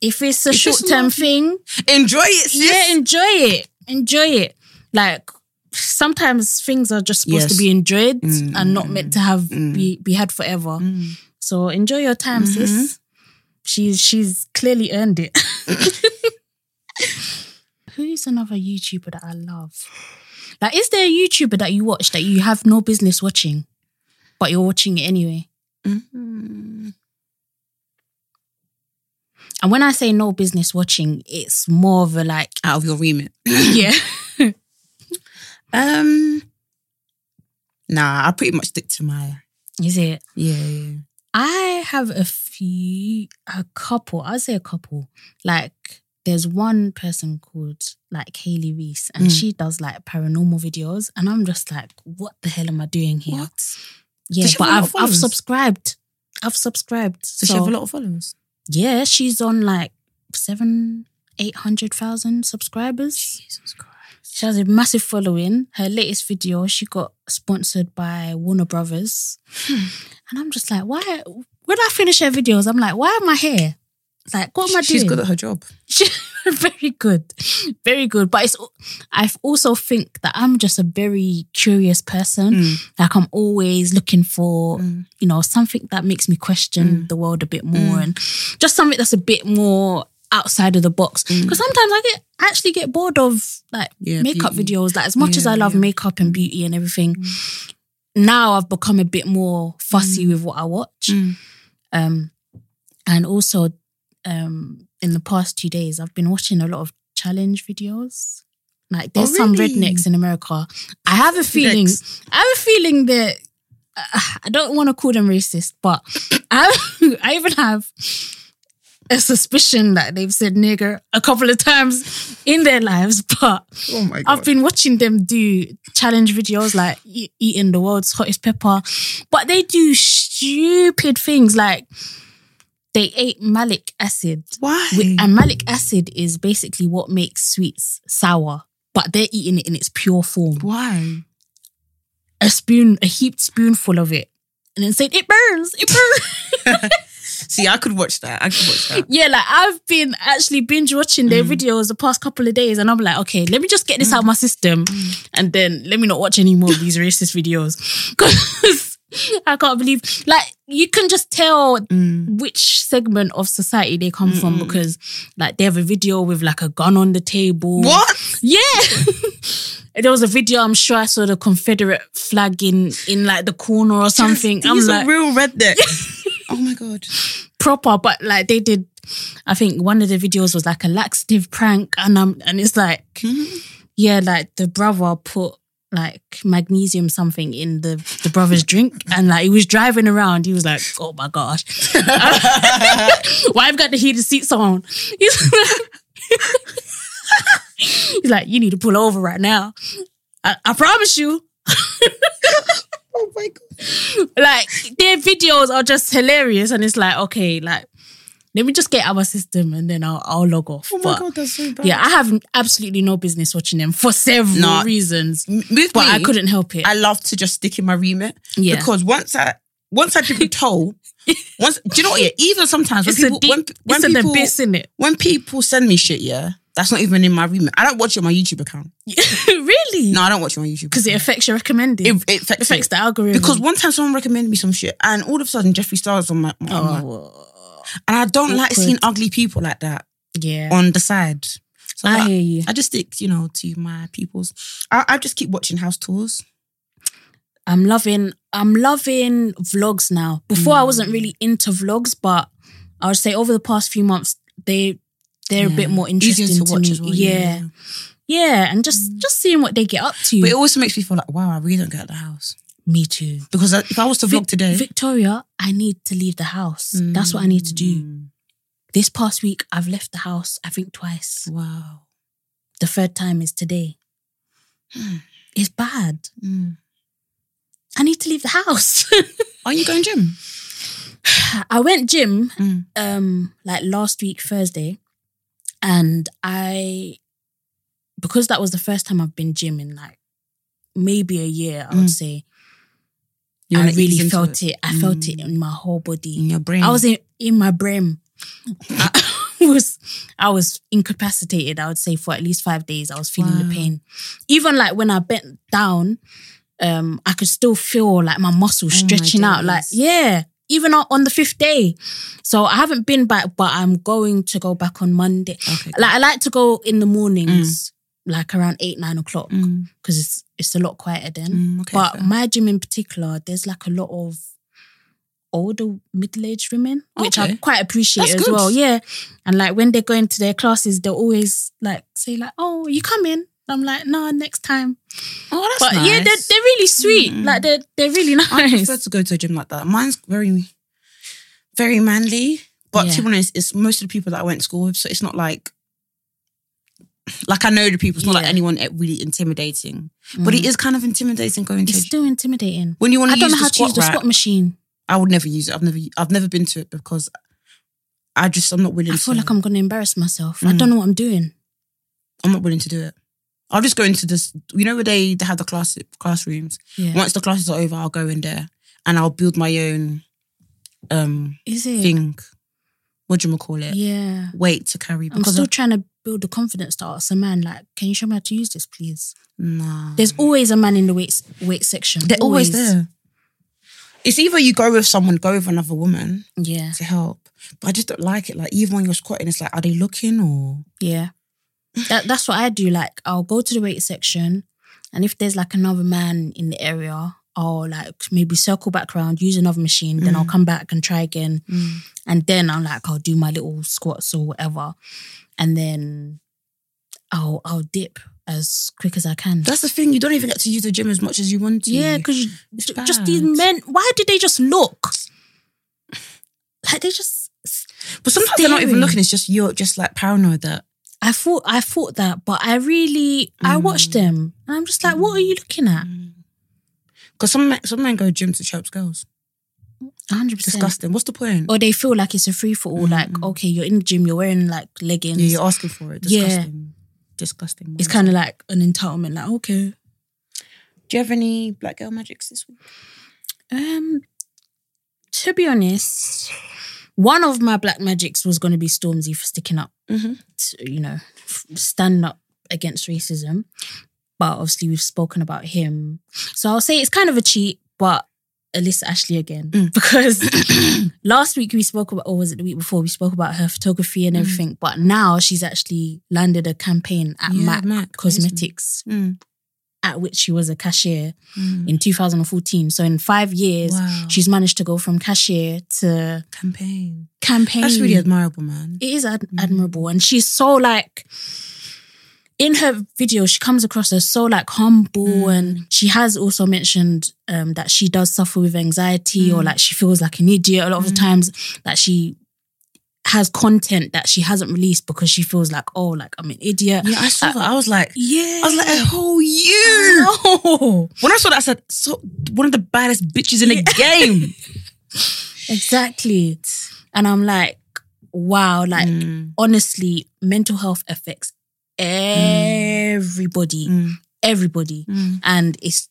Speaker 1: if it's a
Speaker 2: If it's
Speaker 1: short term
Speaker 2: not-
Speaker 1: thing,
Speaker 2: Enjoy it, sis.
Speaker 1: yeah, enjoy it. Enjoy it. Like sometimes things are just supposed to
Speaker 2: Yes.
Speaker 1: be enjoyed
Speaker 2: Mm,
Speaker 1: and not meant to have
Speaker 2: mm.
Speaker 1: be, be had forever.
Speaker 2: Mm.
Speaker 1: So enjoy your time, sis. She's she's clearly earned it. Who's another YouTuber that I love? Like, is there a YouTuber that you watch that you have no business watching, but you're watching it anyway?
Speaker 2: Mm.
Speaker 1: And when I say no business watching, it's more of a like,
Speaker 2: Out of your remit.
Speaker 1: yeah,
Speaker 2: Um, nah, I pretty much stick to my
Speaker 1: is it?
Speaker 2: yeah. yeah.
Speaker 1: I have a few, a couple. I'd say a couple. Like, there's one person called like Haley Reese, and
Speaker 2: Mm.
Speaker 1: she does like paranormal videos, and I'm just like, what the hell am I doing here?
Speaker 2: What?
Speaker 1: Yeah,
Speaker 2: Does she
Speaker 1: but
Speaker 2: have a lot
Speaker 1: I've
Speaker 2: of
Speaker 1: I've
Speaker 2: followers?
Speaker 1: subscribed. I've subscribed.
Speaker 2: Does she have a lot of followers?
Speaker 1: Yeah, she's on like seven, eight hundred thousand subscribers.
Speaker 2: Jesus Christ.
Speaker 1: She has a massive following. Her latest video, she got sponsored by Warner Brothers. And I'm just like, why? When I finish her videos, I'm like, why am I here? Like, what am I doing?
Speaker 2: She's good at her job.
Speaker 1: very good. Very good. But it's, I also think that I'm just a very curious person.
Speaker 2: Mm.
Speaker 1: Like, I'm always looking for,
Speaker 2: Mm.
Speaker 1: you know, something that makes me question the world a bit more and just something that's a bit more outside of the box. Because
Speaker 2: Mm.
Speaker 1: sometimes I get, I actually get bored of like,
Speaker 2: Yeah,
Speaker 1: makeup
Speaker 2: beauty.
Speaker 1: videos. Like as much as
Speaker 2: Yeah,
Speaker 1: I love
Speaker 2: yeah. Mm.
Speaker 1: makeup and beauty and everything, now I've become a bit more fussy with what I watch.
Speaker 2: Mm.
Speaker 1: Um, and also, um, in the past two days, I've been watching a lot of challenge videos. Like there's some
Speaker 2: Oh, really?
Speaker 1: rednecks in America. I have a feeling. I have a feeling that uh, I don't want to call them racist, but I, I even have a suspicion that they've said nigger a couple of times in their lives. But
Speaker 2: Oh my
Speaker 1: I've
Speaker 2: god.
Speaker 1: been watching them do challenge videos like e- eating the world's hottest pepper, but they do stupid things like they ate malic acid,
Speaker 2: Why?
Speaker 1: wi- and malic acid is basically what makes sweets sour, but they're eating it in its pure form.
Speaker 2: Why?
Speaker 1: A spoon, a heaped spoonful of it, and then saying it burns, it burns.
Speaker 2: See, I could watch that. I could watch that.
Speaker 1: yeah, like I've been actually binge watching their videos the past couple of days, and I'm like, okay, let me just get this out of my system, and then let me not watch any more of these racist videos because I can't believe like you can just tell
Speaker 2: Mm.
Speaker 1: which segment of society they come from because like they have a video with like a gun on the table.
Speaker 2: What?
Speaker 1: Yeah. There was a video, I'm sure I saw the Confederate flag in in like the corner or something.
Speaker 2: He's
Speaker 1: I'm
Speaker 2: a
Speaker 1: like
Speaker 2: real redneck. oh my god.
Speaker 1: proper, but like they did I think one of the videos was like a laxative prank and um and it's like yeah, like the brother put like magnesium something in the the brother's drink and like he was driving around, he was like, Oh my gosh. Why I've got the heated seats on. He's He's like, you need to pull over right now. I, I promise you.
Speaker 2: Oh my god.
Speaker 1: Like their videos are just hilarious, and it's like, okay, like let me just get out of my system, and then I'll, I'll log off.
Speaker 2: Oh my
Speaker 1: But,
Speaker 2: god, that's so bad.
Speaker 1: Yeah, I have absolutely no business watching them for several
Speaker 2: No.
Speaker 1: reasons,
Speaker 2: M- with
Speaker 1: but I
Speaker 2: me-
Speaker 1: couldn't help it.
Speaker 2: I love to just stick in my remit
Speaker 1: Yeah.
Speaker 2: because once I once I did the toll, once do you know what? Yeah, even sometimes when
Speaker 1: it's a
Speaker 2: people
Speaker 1: deep,
Speaker 2: when, when
Speaker 1: it's an
Speaker 2: people
Speaker 1: abyss in it.
Speaker 2: when people send me shit, yeah, that's not even in my remit. I don't watch it on my YouTube account.
Speaker 1: really?
Speaker 2: No, I don't watch it on my YouTube
Speaker 1: Because it affects your recommending.
Speaker 2: account.
Speaker 1: It
Speaker 2: it, it affects,
Speaker 1: affects
Speaker 2: it.
Speaker 1: the algorithm.
Speaker 2: Because one time someone recommended me some shit, and all of a sudden Jeffree Star's on my, on my-
Speaker 1: oh,
Speaker 2: and I don't like
Speaker 1: awkward.
Speaker 2: seeing ugly people like that.
Speaker 1: Yeah.
Speaker 2: on the side. So
Speaker 1: I
Speaker 2: I,
Speaker 1: hear you.
Speaker 2: I just stick, you know, to my people's. I, I just keep watching house tours.
Speaker 1: I'm loving I'm loving vlogs now. Before I
Speaker 2: Mm.
Speaker 1: wasn't really into vlogs, but I would say over the past few months they they're a
Speaker 2: Yeah.
Speaker 1: bit more
Speaker 2: Easier
Speaker 1: interesting
Speaker 2: to watch
Speaker 1: me.
Speaker 2: as well. Mm.
Speaker 1: yeah. yeah. and just just seeing what they get up to.
Speaker 2: But it also makes me feel like, wow, I really don't get out of the house.
Speaker 1: me too.
Speaker 2: Because I- if I was to vlog
Speaker 1: Vic-
Speaker 2: today,
Speaker 1: Victoria, I need to leave the house. That's what I need to
Speaker 2: Mm.
Speaker 1: do. This past week I've left the house I think twice.
Speaker 2: Wow.
Speaker 1: The third time is today.
Speaker 2: Hmm.
Speaker 1: It's bad.
Speaker 2: Mm.
Speaker 1: I need to leave the house.
Speaker 2: Are you going gym?
Speaker 1: I went gym
Speaker 2: Mm.
Speaker 1: um like last week Thursday, and I because that was the first time I've been gym in like maybe a year, I would
Speaker 2: Mm.
Speaker 1: say.
Speaker 2: You
Speaker 1: I
Speaker 2: wanna ease
Speaker 1: really
Speaker 2: into
Speaker 1: felt it. I felt it
Speaker 2: Mm.
Speaker 1: in my whole body.
Speaker 2: in your brain.
Speaker 1: I was in, in my brain. I was I was incapacitated, I would say, for at least five days. I was feeling
Speaker 2: Wow.
Speaker 1: the pain. Even like when I bent down, um, I could still feel like my muscles
Speaker 2: Oh my
Speaker 1: stretching out. Like,
Speaker 2: days.
Speaker 1: yeah, even on on the fifth day. So I haven't been back, but I'm going to go back on Monday.
Speaker 2: Okay.
Speaker 1: Like I like to go in the mornings, like around eight, nine o'clock, because
Speaker 2: Mm.
Speaker 1: it's it's a lot quieter then.
Speaker 2: Mm, okay.
Speaker 1: But
Speaker 2: fair.
Speaker 1: my gym in particular, there's like a lot of older middle-aged women, which I
Speaker 2: Okay.
Speaker 1: quite appreciate
Speaker 2: That's
Speaker 1: as
Speaker 2: good.
Speaker 1: well. Yeah. And like when they're going to their classes, they'll always like say like, oh, you coming? I'm like, no, next time.
Speaker 2: oh,
Speaker 1: but
Speaker 2: that's nice.
Speaker 1: yeah, they're, they're really sweet.
Speaker 2: Mm.
Speaker 1: Like they're they're really
Speaker 2: I prefer
Speaker 1: nice.
Speaker 2: to go to a gym like that. Mine's very, very manly. But to
Speaker 1: Yeah.
Speaker 2: be honest, it's most of the people that I went to school with, so it's not like, like I know the people. It's not
Speaker 1: Yeah.
Speaker 2: like anyone eh, really intimidating. But it is kind of intimidating going to a
Speaker 1: Mm. It's
Speaker 2: gym.
Speaker 1: still intimidating.
Speaker 2: when you want
Speaker 1: I
Speaker 2: to
Speaker 1: don't
Speaker 2: use
Speaker 1: know
Speaker 2: the
Speaker 1: how to
Speaker 2: squat,
Speaker 1: use the
Speaker 2: rack,
Speaker 1: squat machine.
Speaker 2: I would never use it. I've never, I've never been to it because I just I'm not willing.
Speaker 1: I feel
Speaker 2: to,
Speaker 1: like I'm gonna embarrass myself.
Speaker 2: Mm.
Speaker 1: I don't know what I'm doing.
Speaker 2: I'm not willing to do it. I'll just go into this. You know where they, they have the class classrooms.
Speaker 1: Yeah.
Speaker 2: Once the classes are over, I'll go in there and I'll build my own um
Speaker 1: Is it?
Speaker 2: thing. What do you call
Speaker 1: Mm.
Speaker 2: it?
Speaker 1: Yeah.
Speaker 2: Weight to carry
Speaker 1: I'm
Speaker 2: because
Speaker 1: still
Speaker 2: of,
Speaker 1: trying to build the confidence to ask a man, like, can you show me how to use this, please?
Speaker 2: nah.
Speaker 1: There's always a man in the weight weight section.
Speaker 2: they're always there. It's either you go with someone, go with another woman
Speaker 1: Yeah,
Speaker 2: to help. But I just don't like it. Like even when you're squatting, it's like, are they looking or
Speaker 1: yeah. That, that's what I do. Like, I'll go to the weight section, and if there's like another man in the area, I'll like maybe circle back around, use another machine, then
Speaker 2: Mm.
Speaker 1: I'll come back and try again, and then I'm like, I'll do my little squats or whatever, and then I'll I'll dip as quick as I can.
Speaker 2: That's the thing. You don't even get to use the gym as much as you want to.
Speaker 1: Yeah, because
Speaker 2: It's
Speaker 1: just these
Speaker 2: bad.
Speaker 1: men, why do they just look? Like they just.
Speaker 2: but sometimes they're not even
Speaker 1: staring.
Speaker 2: looking. It's just you're just like paranoid that
Speaker 1: I thought I thought that, but I really I watched them and I'm just like, what are you looking at?
Speaker 2: because some men, some men go gym to chirp girls.
Speaker 1: hundred percent.
Speaker 2: Disgusting. What's the point?
Speaker 1: Or they feel like it's a free for all. Like, okay, you're in the gym, you're wearing like leggings.
Speaker 2: yeah, you're asking for it.
Speaker 1: Yeah.
Speaker 2: Disgusting. Disgusting.
Speaker 1: It's kind of like an entitlement. Like, okay,
Speaker 2: Do you have any black girl magics this week?
Speaker 1: um, to be honest, one of my black magics was going to be Stormzy for sticking up,
Speaker 2: Mm-hmm.
Speaker 1: to, you know, f- standing up against racism. But obviously, we've spoken about him, so I'll say it's kind of a cheat, but. Alyssa Ashley again
Speaker 2: Mm.
Speaker 1: because last week we spoke about, or was it the week before we spoke about her photography and
Speaker 2: Mm.
Speaker 1: everything? But now she's actually landed a campaign at
Speaker 2: Yeah,
Speaker 1: MAC,
Speaker 2: MAC,
Speaker 1: Cosmetics,
Speaker 2: Mm.
Speaker 1: at which she was a cashier in 2014. So in five years,
Speaker 2: Wow.
Speaker 1: she's managed to go from cashier to
Speaker 2: campaign.
Speaker 1: campaign.
Speaker 2: That's really admirable, man.
Speaker 1: it is ad- admirable, and she's so like. In her video, she comes across as so like humble, and she has also mentioned um, that she does suffer with anxiety, or like she feels like an idiot a lot of the times. That she has content that she hasn't released because she feels like, oh, like I'm an idiot.
Speaker 2: yeah, I saw that. I was like,
Speaker 1: Yeah,
Speaker 2: I was like, oh, you.
Speaker 1: no,
Speaker 2: When I saw that, I said, so one of the baddest bitches in the game.
Speaker 1: exactly. And I'm like, wow, like
Speaker 2: Mm.
Speaker 1: honestly, mental health affects everybody,
Speaker 2: Mm.
Speaker 1: everybody.
Speaker 2: Mm.
Speaker 1: And it's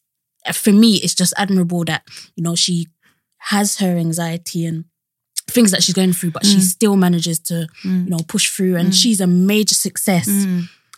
Speaker 1: for me, it's just admirable that, you know, she has her anxiety and things that she's going through, but
Speaker 2: Mm.
Speaker 1: she still manages to, you know,
Speaker 2: mm,
Speaker 1: push through. And she's a major success,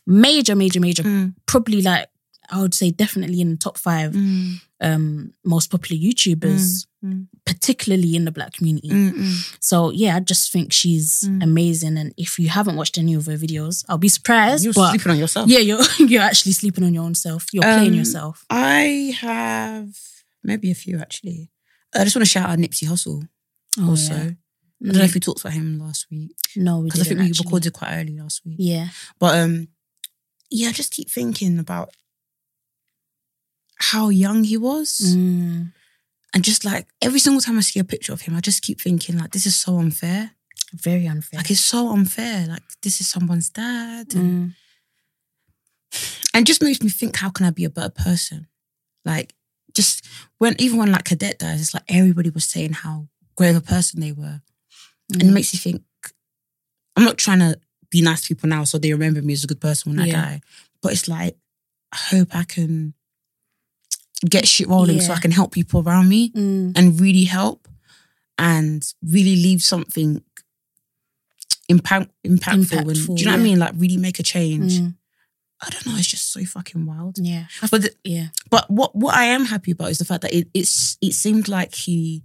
Speaker 1: major, major, major. Probably like, I would say definitely in the top five
Speaker 2: Mm.
Speaker 1: um, most popular YouTubers,
Speaker 2: Mm.
Speaker 1: particularly in the black community.
Speaker 2: Mm-mm.
Speaker 1: So yeah, I just think she's
Speaker 2: Mm.
Speaker 1: amazing. And if you haven't watched any of her videos, I'll be surprised.
Speaker 2: You're
Speaker 1: but
Speaker 2: sleeping on yourself.
Speaker 1: yeah, you're you're actually sleeping on your own self. You're playing
Speaker 2: Um,
Speaker 1: yourself.
Speaker 2: I have maybe a few actually. I just want to shout out Nipsey Hussle
Speaker 1: Oh,
Speaker 2: also.
Speaker 1: yeah.
Speaker 2: I don't know if we talked about him last week
Speaker 1: no, we
Speaker 2: because I
Speaker 1: didn't
Speaker 2: think we
Speaker 1: actually.
Speaker 2: recorded quite early last week.
Speaker 1: Yeah,
Speaker 2: But um, yeah, I just keep thinking about how young he was,
Speaker 1: Mm.
Speaker 2: and just like every single time I see a picture of him, I just keep thinking like this is so unfair.
Speaker 1: very unfair.
Speaker 2: Like it's so unfair. Like this is someone's dad, and,
Speaker 1: Mm.
Speaker 2: and it just makes me think, how can I be a better person? Like just when even when like Cadet dies, it's like everybody was saying how great of a person they were, and it
Speaker 1: Mm.
Speaker 2: makes you think. I'm not trying to be nice to people now, so they remember me as a good person when
Speaker 1: Yeah.
Speaker 2: I die. But it's like I hope I can get shit rolling so
Speaker 1: Yeah.
Speaker 2: I can help people around me
Speaker 1: Mm.
Speaker 2: and really help and really leave something impact, impactful, and do
Speaker 1: Impactful,
Speaker 2: you know what I
Speaker 1: yeah.
Speaker 2: mean? Like really make a change.
Speaker 1: Mm.
Speaker 2: I don't know. It's just so fucking wild.
Speaker 1: Yeah, I
Speaker 2: But the-
Speaker 1: yeah,
Speaker 2: but what what I am happy about is the fact that it it's it seemed like he,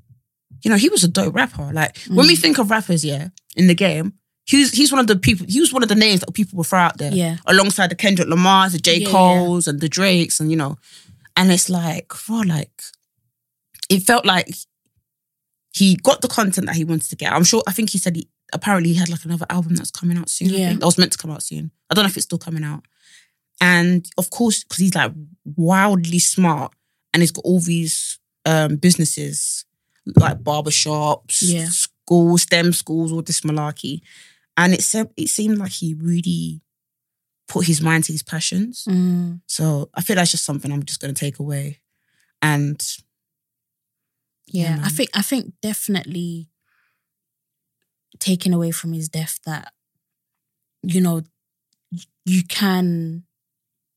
Speaker 2: you know, he was a dope rapper. Like when we
Speaker 1: Mm.
Speaker 2: think of rappers, yeah, in the game, he's he's one of the people. He was one of the names that people will throw out there
Speaker 1: yeah,
Speaker 2: alongside the Kendrick Lamar's, the J.
Speaker 1: Yeah, yeah.
Speaker 2: Cole's, and the Drakes, and you know, and it's like, bro, like, it felt like he got the content that he wanted to get. I'm sure. I think he said he apparently he had like another album that's coming out soon. I
Speaker 1: Yeah.
Speaker 2: think. that was meant to come out soon. I don't know if it's still coming out. And of course, because he's like wildly smart, and he's got all these um, businesses like barbershops,
Speaker 1: Yeah.
Speaker 2: schools, STEM schools, all this malarkey. And it se- it seemed like he really put his mind to his passions.
Speaker 1: Mm.
Speaker 2: So I feel that's just something I'm just going to take away. And Yeah,
Speaker 1: yeah. I
Speaker 2: man.
Speaker 1: think I think definitely taking away from his death that you know y- you can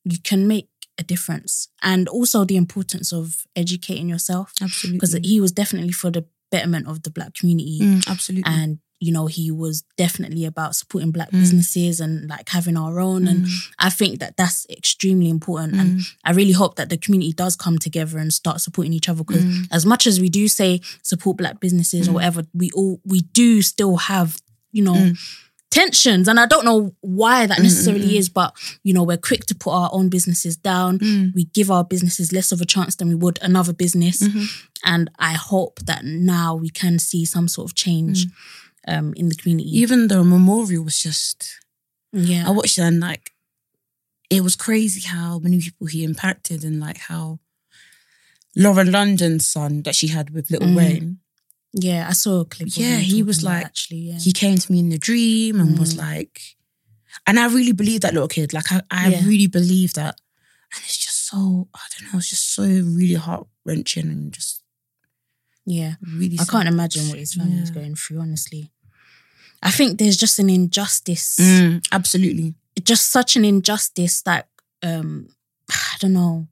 Speaker 1: you can make a difference, and also the importance of educating yourself
Speaker 2: absolutely,
Speaker 1: because he was definitely for the betterment of the black community.
Speaker 2: Mm, absolutely,
Speaker 1: And you know he was definitely about supporting black
Speaker 2: Mm.
Speaker 1: businesses and like having our own, and I think that that's extremely important.
Speaker 2: Mm.
Speaker 1: And I really hope that the community does come together and start supporting each other because as much as we do say support black businesses or
Speaker 2: Mm.
Speaker 1: whatever, we all we do still have, you know,
Speaker 2: Mm.
Speaker 1: tensions. And I don't know why that
Speaker 2: Mm,
Speaker 1: necessarily
Speaker 2: mm, mm.
Speaker 1: is, but you know, we're quick to put our own businesses down.
Speaker 2: Mm.
Speaker 1: We give our businesses less of a chance than we would another business. And I hope that now we can see some sort of change
Speaker 2: Mm.
Speaker 1: um in the community.
Speaker 2: even the memorial was just
Speaker 1: yeah.
Speaker 2: I watched it and like it was crazy how many people he impacted and like how Lauren London's son that she had with Little
Speaker 1: Mm.
Speaker 2: Wayne,
Speaker 1: yeah, I saw a clip. of
Speaker 2: Yeah,
Speaker 1: him
Speaker 2: he was
Speaker 1: talking about
Speaker 2: like-
Speaker 1: that actually, yeah.
Speaker 2: he came to me in the dream and was
Speaker 1: Mm.
Speaker 2: like, and I really believe that little kid. Like I, I
Speaker 1: Yeah.
Speaker 2: really believe that, and it's just so I don't know. It's just so really heart wrenching and just
Speaker 1: yeah.
Speaker 2: really.
Speaker 1: I
Speaker 2: sad.
Speaker 1: can't imagine what his family is
Speaker 2: Yeah.
Speaker 1: going through, honestly. I think there's just an injustice,
Speaker 2: Mm, absolutely.
Speaker 1: just such an injustice that um I don't know.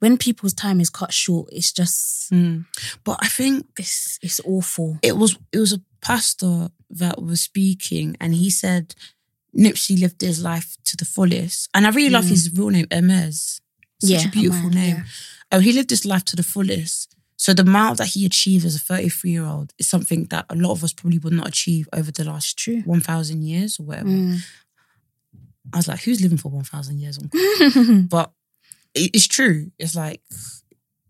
Speaker 1: When people's time is cut short, it's just
Speaker 2: Mm. But I think
Speaker 1: it's it's awful.
Speaker 2: it was it was a pastor that was speaking, and he said Nipsey lived his life to the fullest. And I really love
Speaker 1: Mm.
Speaker 2: his real name, Hermes. Such
Speaker 1: Yeah,
Speaker 2: a beautiful
Speaker 1: Hermes,
Speaker 2: name.
Speaker 1: yeah.
Speaker 2: Oh, he lived his life to the fullest. So the amount that he achieved as a 33 year old is something that a lot of us probably would not achieve over the last
Speaker 1: True. Mm.
Speaker 2: 1,000 years or whatever. I was like, who's living for 1,000 years?
Speaker 1: Mm.
Speaker 2: But it- it's true. It's like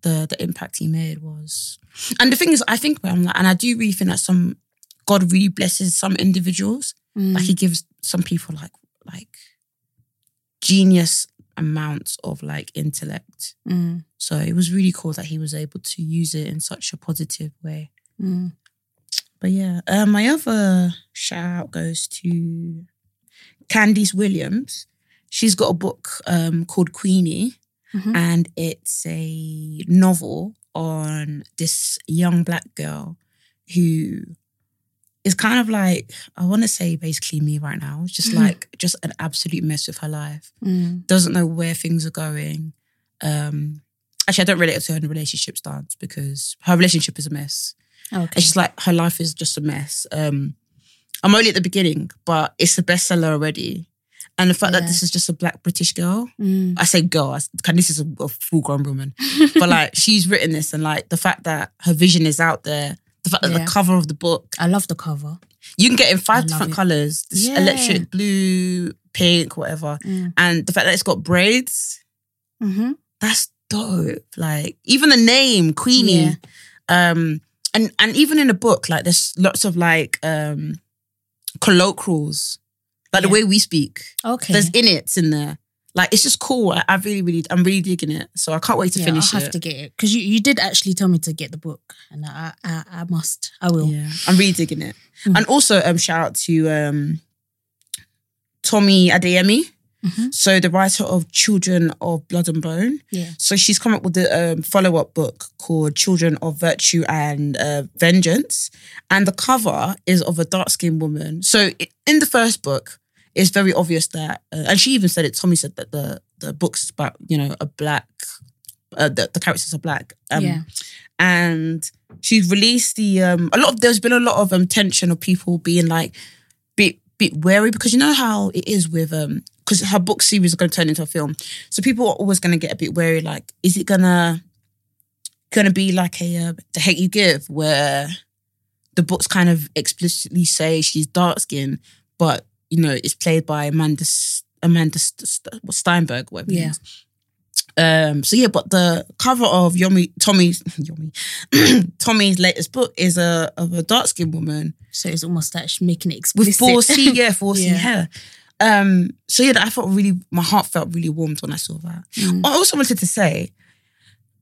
Speaker 2: the the impact he made was, and the thing is, I think I'm like, and I do really think that some God really blesses some individuals. Like he gives some people like like genius amounts of like intellect.
Speaker 1: Mm,
Speaker 2: So it was really cool that he was able to use it in such a positive way.
Speaker 1: mm.
Speaker 2: But yeah, uh, my other shout out goes to Candice Williams. She's got a book um, called Queenie,
Speaker 1: Mhm.
Speaker 2: and it's a novel on this young black girl who is kind of like I want to say basically me right now. It's just
Speaker 1: Mhm.
Speaker 2: like just an absolute mess with her life
Speaker 1: Mm.
Speaker 2: doesn't know where things are going. Um, actually, I don't relate it to her in the relationship stance because her relationship is a mess.
Speaker 1: Okay.
Speaker 2: It's just like her life is just a mess. Um, I'm only at the beginning, but it's a bestseller already. And the fact that
Speaker 1: Yeah.
Speaker 2: this is just a black British girl,
Speaker 1: Mm.
Speaker 2: I say girl, I, s- can- this is a, a full grown woman, but like she's written this and like the fact that her vision is out there, the fact that
Speaker 1: Yeah.
Speaker 2: the cover of the book,
Speaker 1: I love the cover.
Speaker 2: you can get in
Speaker 1: I
Speaker 2: five
Speaker 1: love
Speaker 2: different
Speaker 1: it.
Speaker 2: colors this
Speaker 1: Yeah.
Speaker 2: electric blue, pink, whatever.
Speaker 1: Mm.
Speaker 2: And the fact that it's got braids,
Speaker 1: hmm
Speaker 2: that's dope. Like even the name Queenie,
Speaker 1: Yeah.
Speaker 2: um, and and even in the book, like there's lots of like um colloquials, like
Speaker 1: Yeah.
Speaker 2: the way we speak.
Speaker 1: Okay.
Speaker 2: There's in it's in there. Like it's just cool. I, I really, really, I'm really digging it. So I can't wait to
Speaker 1: yeah,
Speaker 2: finish
Speaker 1: I'll
Speaker 2: it.
Speaker 1: have to get it because you, you did actually tell me to get the book, and I I, I must. I will.
Speaker 2: Yeah, I'm really digging it.
Speaker 1: Mm.
Speaker 2: And also, um, shout out to um, Tommy Adeyemi,
Speaker 1: Mhm.
Speaker 2: so the writer of Children of Blood and Bone.
Speaker 1: Yeah.
Speaker 2: So she's come up with the um, follow up book called Children of Virtue and uh, Vengeance. And the cover is of a dark skinned woman. So i- in the first book, it's very obvious that, uh, and she even said it, Tommy said that the, the book's about, you know, a black, uh, the, the characters are black. Um,
Speaker 1: yeah.
Speaker 2: and she's released the um a lot of there's been a lot of um tension of people being like bit bit wary because you know how it is with um because her book series is going to turn into a film so people are always going to get a bit wary like is it gonna gonna be like a uh, the hate you give where the books kind of explicitly say she's dark skinned but you know it's played by amanda S- amanda St- St- steinberg whatever her
Speaker 1: Yeah.
Speaker 2: name is. Um, so yeah, but the cover of Yomi Tommy's Yomi Tommy's latest book is a of a dark skinned woman
Speaker 1: So it's almost like she's making it explicit.
Speaker 2: with four C yeah four C
Speaker 1: Yeah.
Speaker 2: hair. Um, so yeah, I felt really my heart felt really warmed when I saw that.
Speaker 1: Mm.
Speaker 2: I also wanted to say,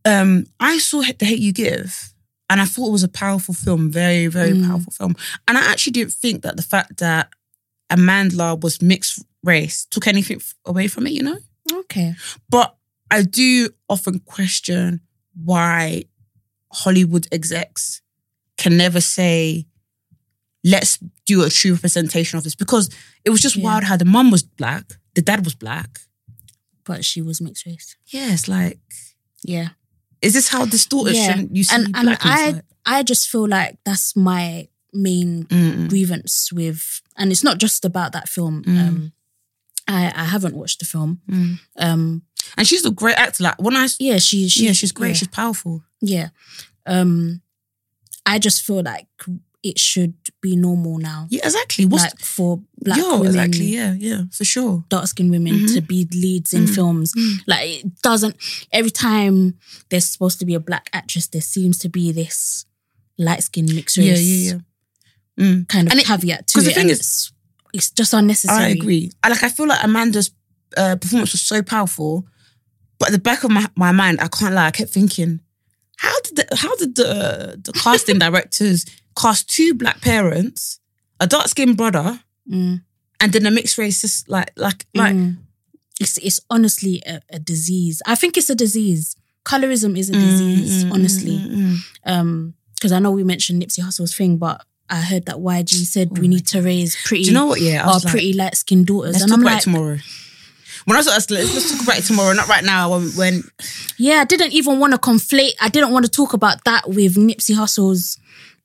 Speaker 2: um, I saw H- The Hate You Give, and I thought it was a powerful film, very very
Speaker 1: Mm.
Speaker 2: powerful film. And I actually didn't think that the fact that Amandla was mixed race took anything f- away from it. You know.
Speaker 1: Okay.
Speaker 2: But I do often question why Hollywood execs can never say, let's do a true representation of this. Because it was just
Speaker 1: Yeah.
Speaker 2: wild how the mum was black, the dad was black.
Speaker 1: But she was mixed race.
Speaker 2: Yeah, it's like,
Speaker 1: Yeah.
Speaker 2: is this how distortion you see
Speaker 1: And and
Speaker 2: blackness?
Speaker 1: I
Speaker 2: Like,
Speaker 1: I just feel like that's my main
Speaker 2: mm,
Speaker 1: grievance with, and it's not just about that film.
Speaker 2: Mm.
Speaker 1: Um, I I haven't watched the film.
Speaker 2: mm.
Speaker 1: Um,
Speaker 2: And she's a great actor. Like when I,
Speaker 1: yeah, she, she
Speaker 2: yeah, she's great.
Speaker 1: yeah.
Speaker 2: She's powerful.
Speaker 1: Yeah. Um I just feel like it should be normal now.
Speaker 2: Yeah, exactly. What's
Speaker 1: like for black
Speaker 2: yo,
Speaker 1: women,
Speaker 2: exactly? Yeah, yeah, for sure.
Speaker 1: dark skinned women
Speaker 2: Mhm.
Speaker 1: to be leads in
Speaker 2: Mm.
Speaker 1: films.
Speaker 2: Mm.
Speaker 1: Like it doesn't every time there's supposed to be a black actress, there seems to be this light skinned mixed race
Speaker 2: Yeah, yeah, yeah. Mm.
Speaker 1: kind of
Speaker 2: And it-
Speaker 1: caveat to
Speaker 2: 'cause the
Speaker 1: it. and
Speaker 2: thing is-
Speaker 1: it's, it's just unnecessary.
Speaker 2: I agree. I like. I feel like Amanda's uh, performance was so powerful, but at the back of my, my mind, I can't lie. I kept thinking, how did the, how did the the casting directors cast two black parents, a dark skinned brother,
Speaker 1: Mm,
Speaker 2: and then a mixed race sis- like like like
Speaker 1: mm. it's it's honestly a, a disease. I think it's a disease. Colorism is a
Speaker 2: Mm,
Speaker 1: disease,
Speaker 2: mm,
Speaker 1: honestly.
Speaker 2: mm, mm, mm.
Speaker 1: um because I know we mentioned Nipsey Hussle's thing, but I heard that YG said
Speaker 2: Oh
Speaker 1: we
Speaker 2: my
Speaker 1: need to raise pretty
Speaker 2: Do you know what? Yeah, I
Speaker 1: our
Speaker 2: was like,
Speaker 1: pretty light skinned daughters,
Speaker 2: let's
Speaker 1: and
Speaker 2: talk
Speaker 1: I'm
Speaker 2: about
Speaker 1: like,
Speaker 2: it tomorrow. When I was us, let's, let's talk about it tomorrow, not right now. When, when
Speaker 1: yeah, I didn't even want to conflate. I didn't want to talk about that with Nipsey Hussle's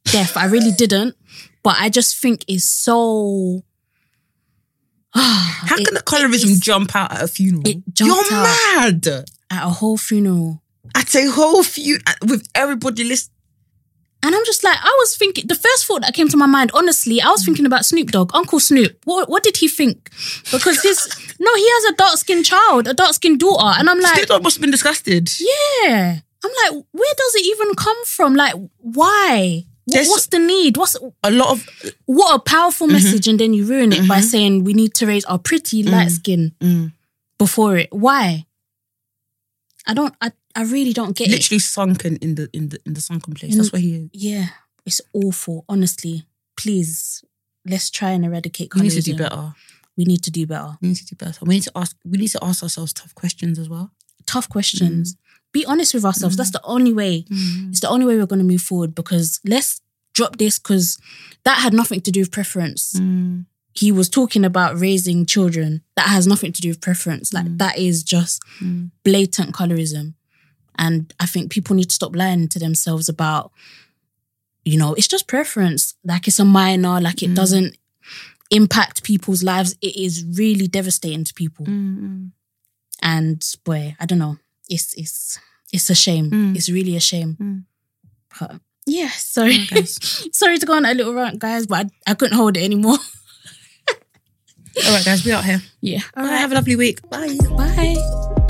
Speaker 1: death. I really didn't, but I just think it's so.
Speaker 2: how
Speaker 1: It-
Speaker 2: can the
Speaker 1: it's-
Speaker 2: colorism jump out at a funeral?
Speaker 1: it jumped
Speaker 2: You're
Speaker 1: out.
Speaker 2: mad.
Speaker 1: at a whole funeral,
Speaker 2: at a whole few with everybody list.
Speaker 1: and I'm just like, I was thinking. The first thought that came to my mind, honestly, I was thinking about Snoop Dogg, Uncle Snoop. What what did he think? Because his no, he has a dark skinned child, a dark skinned daughter, and I'm like,
Speaker 2: Snoop Dogg must have been disgusted.
Speaker 1: Yeah. I'm like, where does it even come from? Like, why? Wh-
Speaker 2: There's-
Speaker 1: What's the need? What's
Speaker 2: A lot of
Speaker 1: what a
Speaker 2: Mm-hmm.
Speaker 1: powerful message, and then you ruin it by saying we need to raise our pretty
Speaker 2: Mm.
Speaker 1: light skin before it. Why? I don't. I, I really don't get it.
Speaker 2: literally sunken in the in the in the sunken place. That's where he is.
Speaker 1: Yeah, it's awful. Honestly, please let's try and eradicate.
Speaker 2: We need to do
Speaker 1: colorism.
Speaker 2: better.
Speaker 1: We need to do better.
Speaker 2: We need to do better. We need to ask. We need to ask ourselves tough questions as well.
Speaker 1: Tough questions.
Speaker 2: Mm.
Speaker 1: Be honest with ourselves. That's the only way. It's the only way we're going to move forward because let's drop this because that had nothing to do with preference.
Speaker 2: Mm.
Speaker 1: He was talking about raising children. That has nothing to do with preference. Like, that is just
Speaker 2: Mm.
Speaker 1: blatant colorism. And I think people need to stop lying to themselves about, you know, it's just preference. Like, it's a minor, like, it
Speaker 2: Mm.
Speaker 1: doesn't impact people's lives. It is really devastating to
Speaker 2: mm,
Speaker 1: people.
Speaker 2: Mm-mm.
Speaker 1: And boy, I don't know. It's it's it's a shame.
Speaker 2: Mm.
Speaker 1: It's really a shame.
Speaker 2: Mm.
Speaker 1: But yeah, sorry.
Speaker 2: Yeah, guys.
Speaker 1: sorry to go on a little rant, guys, but I, I couldn't hold it anymore.
Speaker 2: All right, guys, we out here.
Speaker 1: Yeah.
Speaker 2: All right, have a lovely week. Bye.
Speaker 1: Bye.